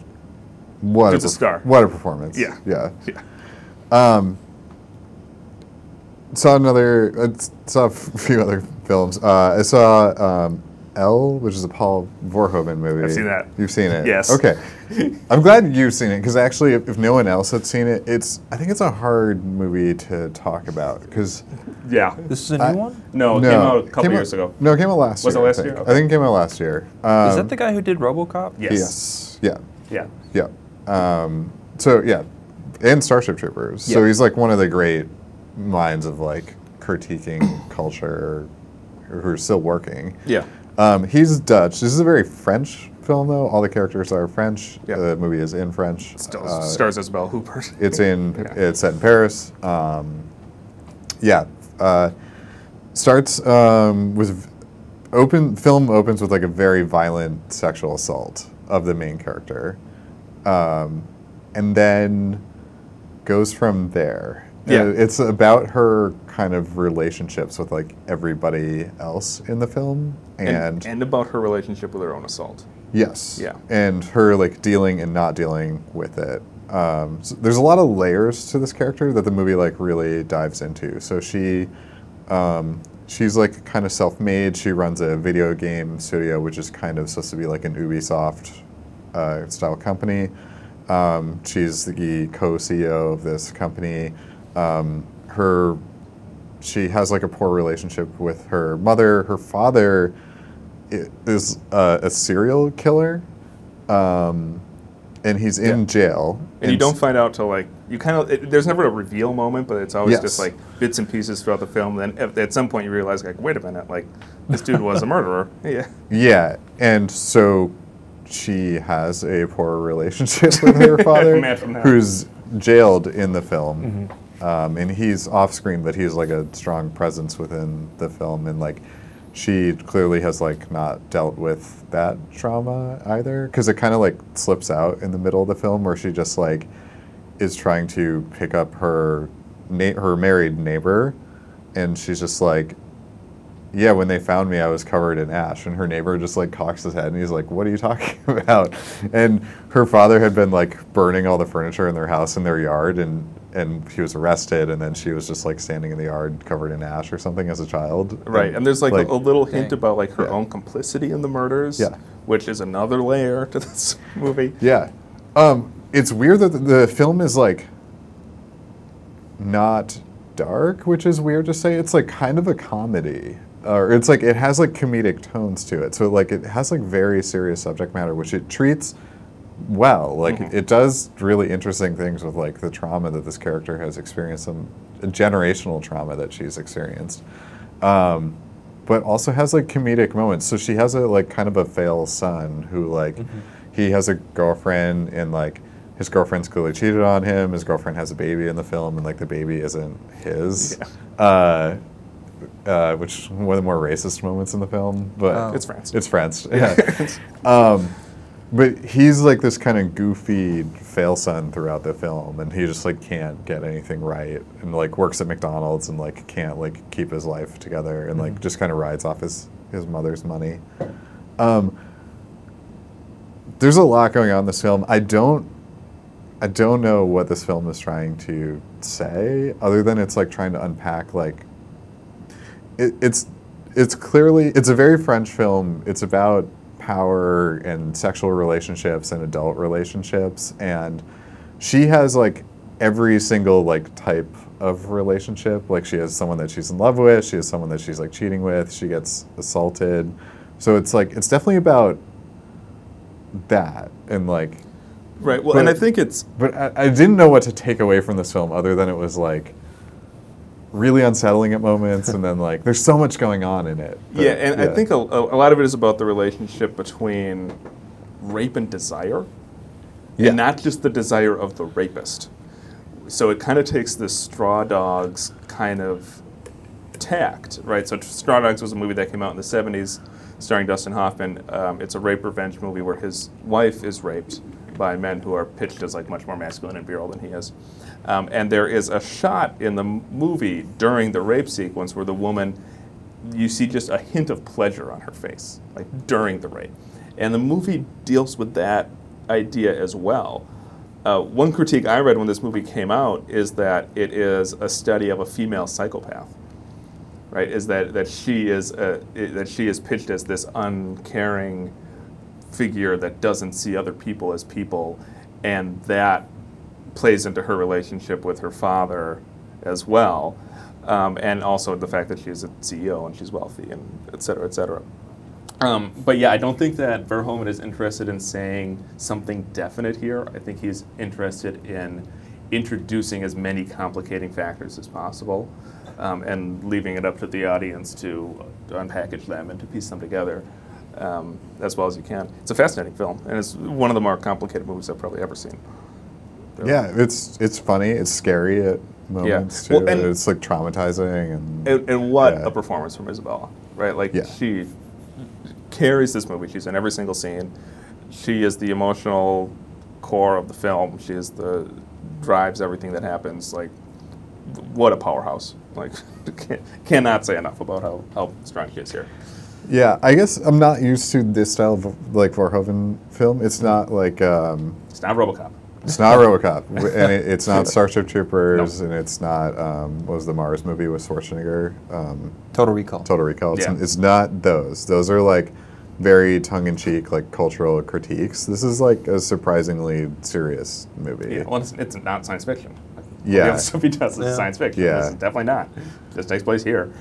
S1: What
S2: Dude's a
S1: perf-
S2: star.
S1: What a performance!
S2: Yeah.
S1: yeah.
S2: Yeah.
S1: Um, saw another. I s- saw a f- few other films. Uh, I saw um, L, which is a Paul Verhoeven movie.
S2: I've seen that.
S1: You've seen it.
S2: Yes.
S1: Okay. I'm glad you've seen it because actually, if, if no one else had seen it, it's. I think it's a hard movie to talk about because.
S2: Yeah.
S3: This is a new
S1: I-
S3: one?
S2: No, it came out a couple years ago.
S1: No, it came out last
S2: Was it
S1: year. I
S2: last
S1: think.
S2: year?
S1: I
S2: Okay.
S1: think it came out last year. Um,
S3: is that the guy who did RoboCop?
S2: Yes.
S1: Yes. Yeah.
S2: Yeah.
S1: Yeah. Um, so yeah, and Starship Troopers. So
S3: Yeah.
S1: he's like one of the great minds of like critiquing culture, who are still working.
S2: Yeah.
S1: Um, he's Dutch. This is a very French film, though. All the characters are French.
S2: Yeah.
S1: The movie is in French.
S2: Still
S1: Uh,
S2: stars Isabel Hooper.
S1: it's in.
S2: Yeah.
S1: It's set in Paris. Um, yeah. Uh, starts um, with open film opens with like a very violent sexual assault of the main character, um, and then goes from there. And
S2: Yeah.
S1: it- it's about her kind of relationships with like everybody else in the film,
S2: and and about her relationship with her own assault.
S1: Yes.
S2: Yeah.
S1: And her like dealing and not dealing with it. Um, so there's a lot of layers to this character that the movie like really dives into. So she, um, she's like kind of self-made. She runs a video game studio, which is kind of supposed to be like an Ubisoft uh, style company. Um, she's the co-CEO of this company. Um, her, she has like a poor relationship with her mother. Her father i- is uh, a serial killer, um, and he's in
S2: Yeah.
S1: jail.
S2: And you don't
S1: s-
S2: find out till like you kind of it, there's never a reveal moment, but it's always
S1: Yes.
S2: just like bits and pieces throughout the film. Then at, at some point you realize like wait a minute, like this dude was a murderer. Yeah.
S1: yeah, and so she has a poor relationship with her father,
S2: Imagine that. Mm-hmm.
S1: who's jailed in the film. Um, and he's off screen, but he's like a strong presence within the film, and like she clearly has like not dealt with that trauma either, because it kind of like slips out in the middle of the film where she just like is trying to pick up her na- her married neighbor, and she's just like, "Yeah, when they found me, I was covered in ash." And her neighbor just like cocks his head and he's like, "What are you talking about?" And her father had been like burning all the furniture in their house in their yard, and and he was arrested, and then she was just like standing in the yard covered in ash or something as a child.
S2: Right. And there's like, a little hint
S3: Dang.
S2: about like her
S1: Yeah.
S2: own complicity in the murders.
S1: Yeah.
S2: Which is another layer to this movie.
S1: Yeah. Um, it's weird that the- the film is like not dark, which is weird to say. It's like kind of a comedy. Or it's like it has like comedic tones to it. So like it has like very serious subject matter, which it treats well. Like it does really interesting things with like the trauma that this character has experienced, some generational trauma that she's experienced. Um, but also has like comedic moments. So she has a like kind of a fail son who like he has a girlfriend and like his girlfriend's clearly cheated on him. His girlfriend has a baby in the film and like the baby isn't his. Uh, uh, which one of the more racist moments in the film, but
S3: Oh.
S2: It's France.
S1: It's France. Yeah. um, but he's like this kind of goofy fail son throughout the film, and he just like can't get anything right, and like works at McDonald's and like can't like keep his life together, and like just kind of rides off his his mother's money. Um, there's a lot going on in this film. I don't. I don't know what this film is trying to say, other than it's like trying to unpack like it, it's it's clearly it's a very French film. It's about power and sexual relationships and adult relationships, and she has like every single like type of relationship. Like she has someone that she's in love with. She has someone that she's like cheating with. She gets assaulted. So it's like it's definitely about that and like
S2: Right. Well,
S1: But-
S2: and I think it's
S1: but I, I didn't know what to take away from this film other than it was like really unsettling at moments, and then like there's so much going on in it. that-
S2: yeah, and I think a, a a lot of it is about the relationship between rape and desire,
S1: Yeah.
S2: and not just the desire of the rapist. So it kind of takes this Straw Dogs kind of tact, right? So Straw Dogs was a movie that came out in the 70s starring Dustin Hoffman. Um, it's a rape revenge movie where his wife is raped by men who are pitched as like much more masculine and virile than he is. Um, and there is a shot in the m- movie during the rape sequence where the woman, you see just a hint of pleasure on her face, like during the rape. And the movie deals with that idea as well uh, one critique I read when this movie came out is that it is a study of a female psychopath. Right? Is that that she is a, i- that she is pitched as this uncaring figure that doesn't see other people as people, and that plays into her relationship with her father as well, um, and also the fact that she's a CEO and she's wealthy and et cetera, et cetera. Um, but yeah, I don't think that Verhoeven is interested in saying something definite here. I think he's interested in introducing as many complicating factors as possible um, and leaving it up to the audience to, to unpackage them and to piece them together um, as well as you can. It's a fascinating film, and it's one of the more complicated movies I've probably ever seen.
S1: Yeah, it's it's funny. It's scary at moments
S2: Well,
S1: too.
S2: and-
S1: it's like traumatizing and,
S2: And, and what
S1: Yeah.
S2: a performance from Isabella, right? Like
S1: Yeah.
S2: she carries this movie. She's in every single scene. She is the emotional core of the film. She is the drives everything that happens. Like what a powerhouse! Like can, cannot say enough about how, how strong she is here.
S1: yeah. I guess I'm not used to this style of like Verhoeven film. It's not like um,
S2: It's not RoboCop.
S1: it's not RoboCop, w- and it, it's not Starship Troopers, and it's not um, what was the Mars movie with Schwarzenegger. Um,
S3: Total Recall.
S1: Total Recall. It's,
S2: Yeah.
S1: it's not those. Those are like very tongue-in-cheek, like cultural critiques. This is like a surprisingly serious movie.
S2: Yeah, well, it's, it's not science fiction.
S1: Yeah.
S2: The other stuff he does is
S3: Yeah.
S2: science fiction.
S1: Yeah.
S2: This is definitely not. This takes place here.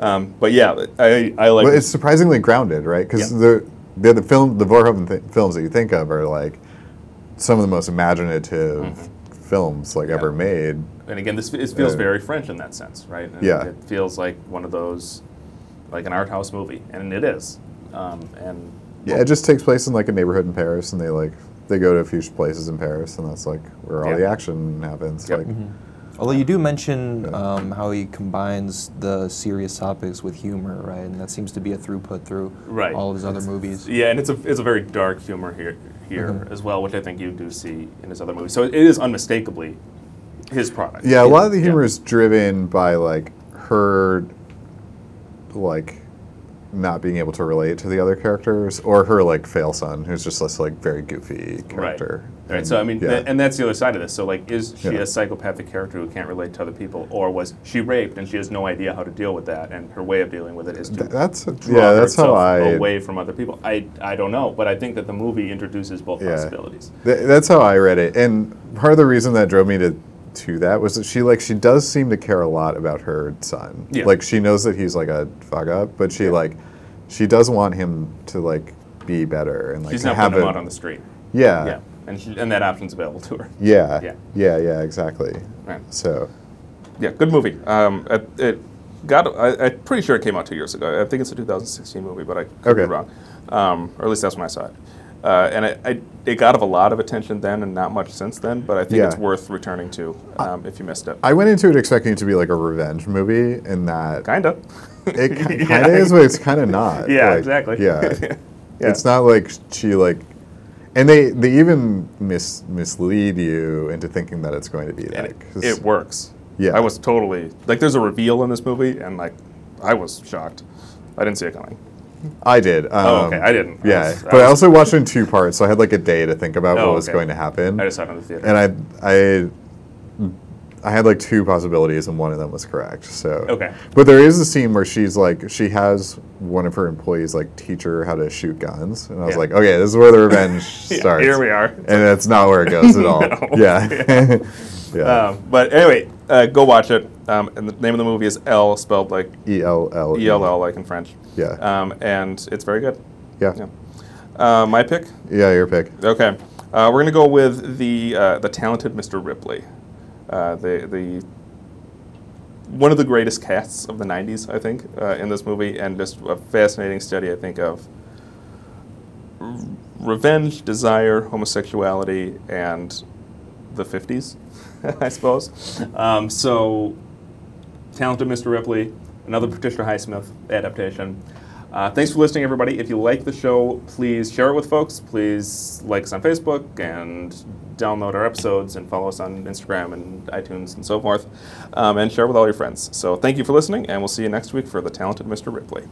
S2: Um, but yeah, I, I like
S1: But it's surprisingly grounded, right? Because
S2: Yeah.
S1: the they're the film the Verhoeven th- films that you think of are like some of the most imaginative
S2: Mm-hmm.
S1: films like ever made.
S2: and again, this it feels
S1: Uh,
S2: very French in that sense, right? And
S1: Yeah.
S2: it feels like one of those, like an art house movie, and it is. Um, and
S1: Yeah, it just takes place in like a neighborhood in Paris, and they like they go to a few places in Paris, and that's like where all
S2: Yeah.
S1: the action happens.
S2: Yep. Mm-hmm.
S1: Like,
S3: Although you do mention um, how he combines the serious topics with humor, right? And that seems to be a throughput through
S2: Right.
S3: all of his other movies.
S2: yeah, and it's a it's a very dark humor here here
S1: Mm-hmm.
S2: as well, which I think you do see in his other movies. So it is unmistakably his product.
S1: Yeah, a lot of the humor
S2: Yeah.
S1: is driven by like her, like, not being able to relate to the other characters, or her like fail son, who's just this like very goofy character.
S2: Right. right. So I mean,
S1: yeah.
S2: th- and that's the other side of this. So like, is she
S1: Yeah.
S2: a psychopathic character who can't relate to other people, or was she raped and she has no idea how to deal with that, and her way of dealing with it is to
S1: Th- that's
S2: draw
S1: yeah, that's how
S2: herself
S1: I
S2: away from other people. I I don't know, but I think that the movie introduces both
S1: Yeah.
S2: possibilities.
S1: th- that's how I read it, and part of the reason that drove me to to that was that she like she does seem to care a lot about her son.
S2: Yeah.
S1: Like she knows that he's like a fuck up, but she like she does want him to like be better and like
S2: She's not
S1: have
S2: putting him
S1: a-
S2: out on the street.
S1: yeah.
S2: yeah, and she, and that option's available to her.
S1: Yeah.
S2: Yeah.
S1: Yeah. Yeah. Exactly.
S2: Right.
S1: So,
S2: Yeah, good movie. Um, it, it got. I, I'm pretty sure it came out two years ago. I think it's a 2016 movie, but I could
S1: Okay.
S2: be wrong. Um, or at least that's when I saw it. Uh, and it, I, it got a lot of attention then, and not much since then. But I think it's
S1: Yeah.
S2: worth returning to um, if you missed it.
S1: I went into it expecting it to be like a revenge movie, and that
S2: kinda.
S1: it kind of
S2: Yeah.
S1: is, but it's kind of not.
S2: Yeah,
S1: Like,
S2: exactly.
S1: Yeah.
S2: Yeah.
S1: it's not like she like, and they they even mis- mislead you into thinking that it's going to be
S2: and
S1: that.
S2: it,
S1: 'cause-
S2: it works.
S1: Yeah.
S2: I was totally like. There's a reveal in this movie, and like, I was shocked. I didn't see it coming.
S1: I did. Um,
S2: Oh, okay, I didn't. I
S1: Yeah,
S2: was- I
S1: but I
S2: was-
S1: also watched it in two parts, so I had like a day to think about
S2: Oh,
S1: what was
S2: okay.
S1: going to happen.
S2: I just saw it in the theater.
S1: and I I I had like two possibilities and one of them was correct. So
S2: Okay.
S1: But there is a scene where she's like she has one of her employees like teach her how to shoot guns. And I was
S2: Yeah.
S1: like, okay, this is where the revenge
S2: Yeah,
S1: starts.
S2: here we are.
S1: And that's not where it goes at all.
S2: No.
S1: Yeah. yeah.
S2: Um, but anyway, uh, go watch it. Um, and the name of the movie is L, spelled like
S1: E L L
S2: E L L, like in French.
S1: Yeah.
S2: Um, and it's very good.
S1: Yeah.
S2: Yeah. Uh, my pick.
S1: Yeah, your pick.
S2: Okay. Uh, we're gonna go with the uh, the talented Mr. Ripley, uh, the the one of the greatest casts of the '90s, I think, uh, in this movie, and just a fascinating study, I think, of r- revenge, desire, homosexuality, and the '50s, I suppose. Um, so, talented Mr. Ripley, another Patricia Highsmith adaptation. Uh, thanks for listening, everybody. If you like the show, please share it with folks. Please like us on Facebook and download our episodes and follow us on Instagram and iTunes and so forth. Um, and share with all your friends. So thank you for listening, and we'll see you next week for The Talented Mr. Ripley.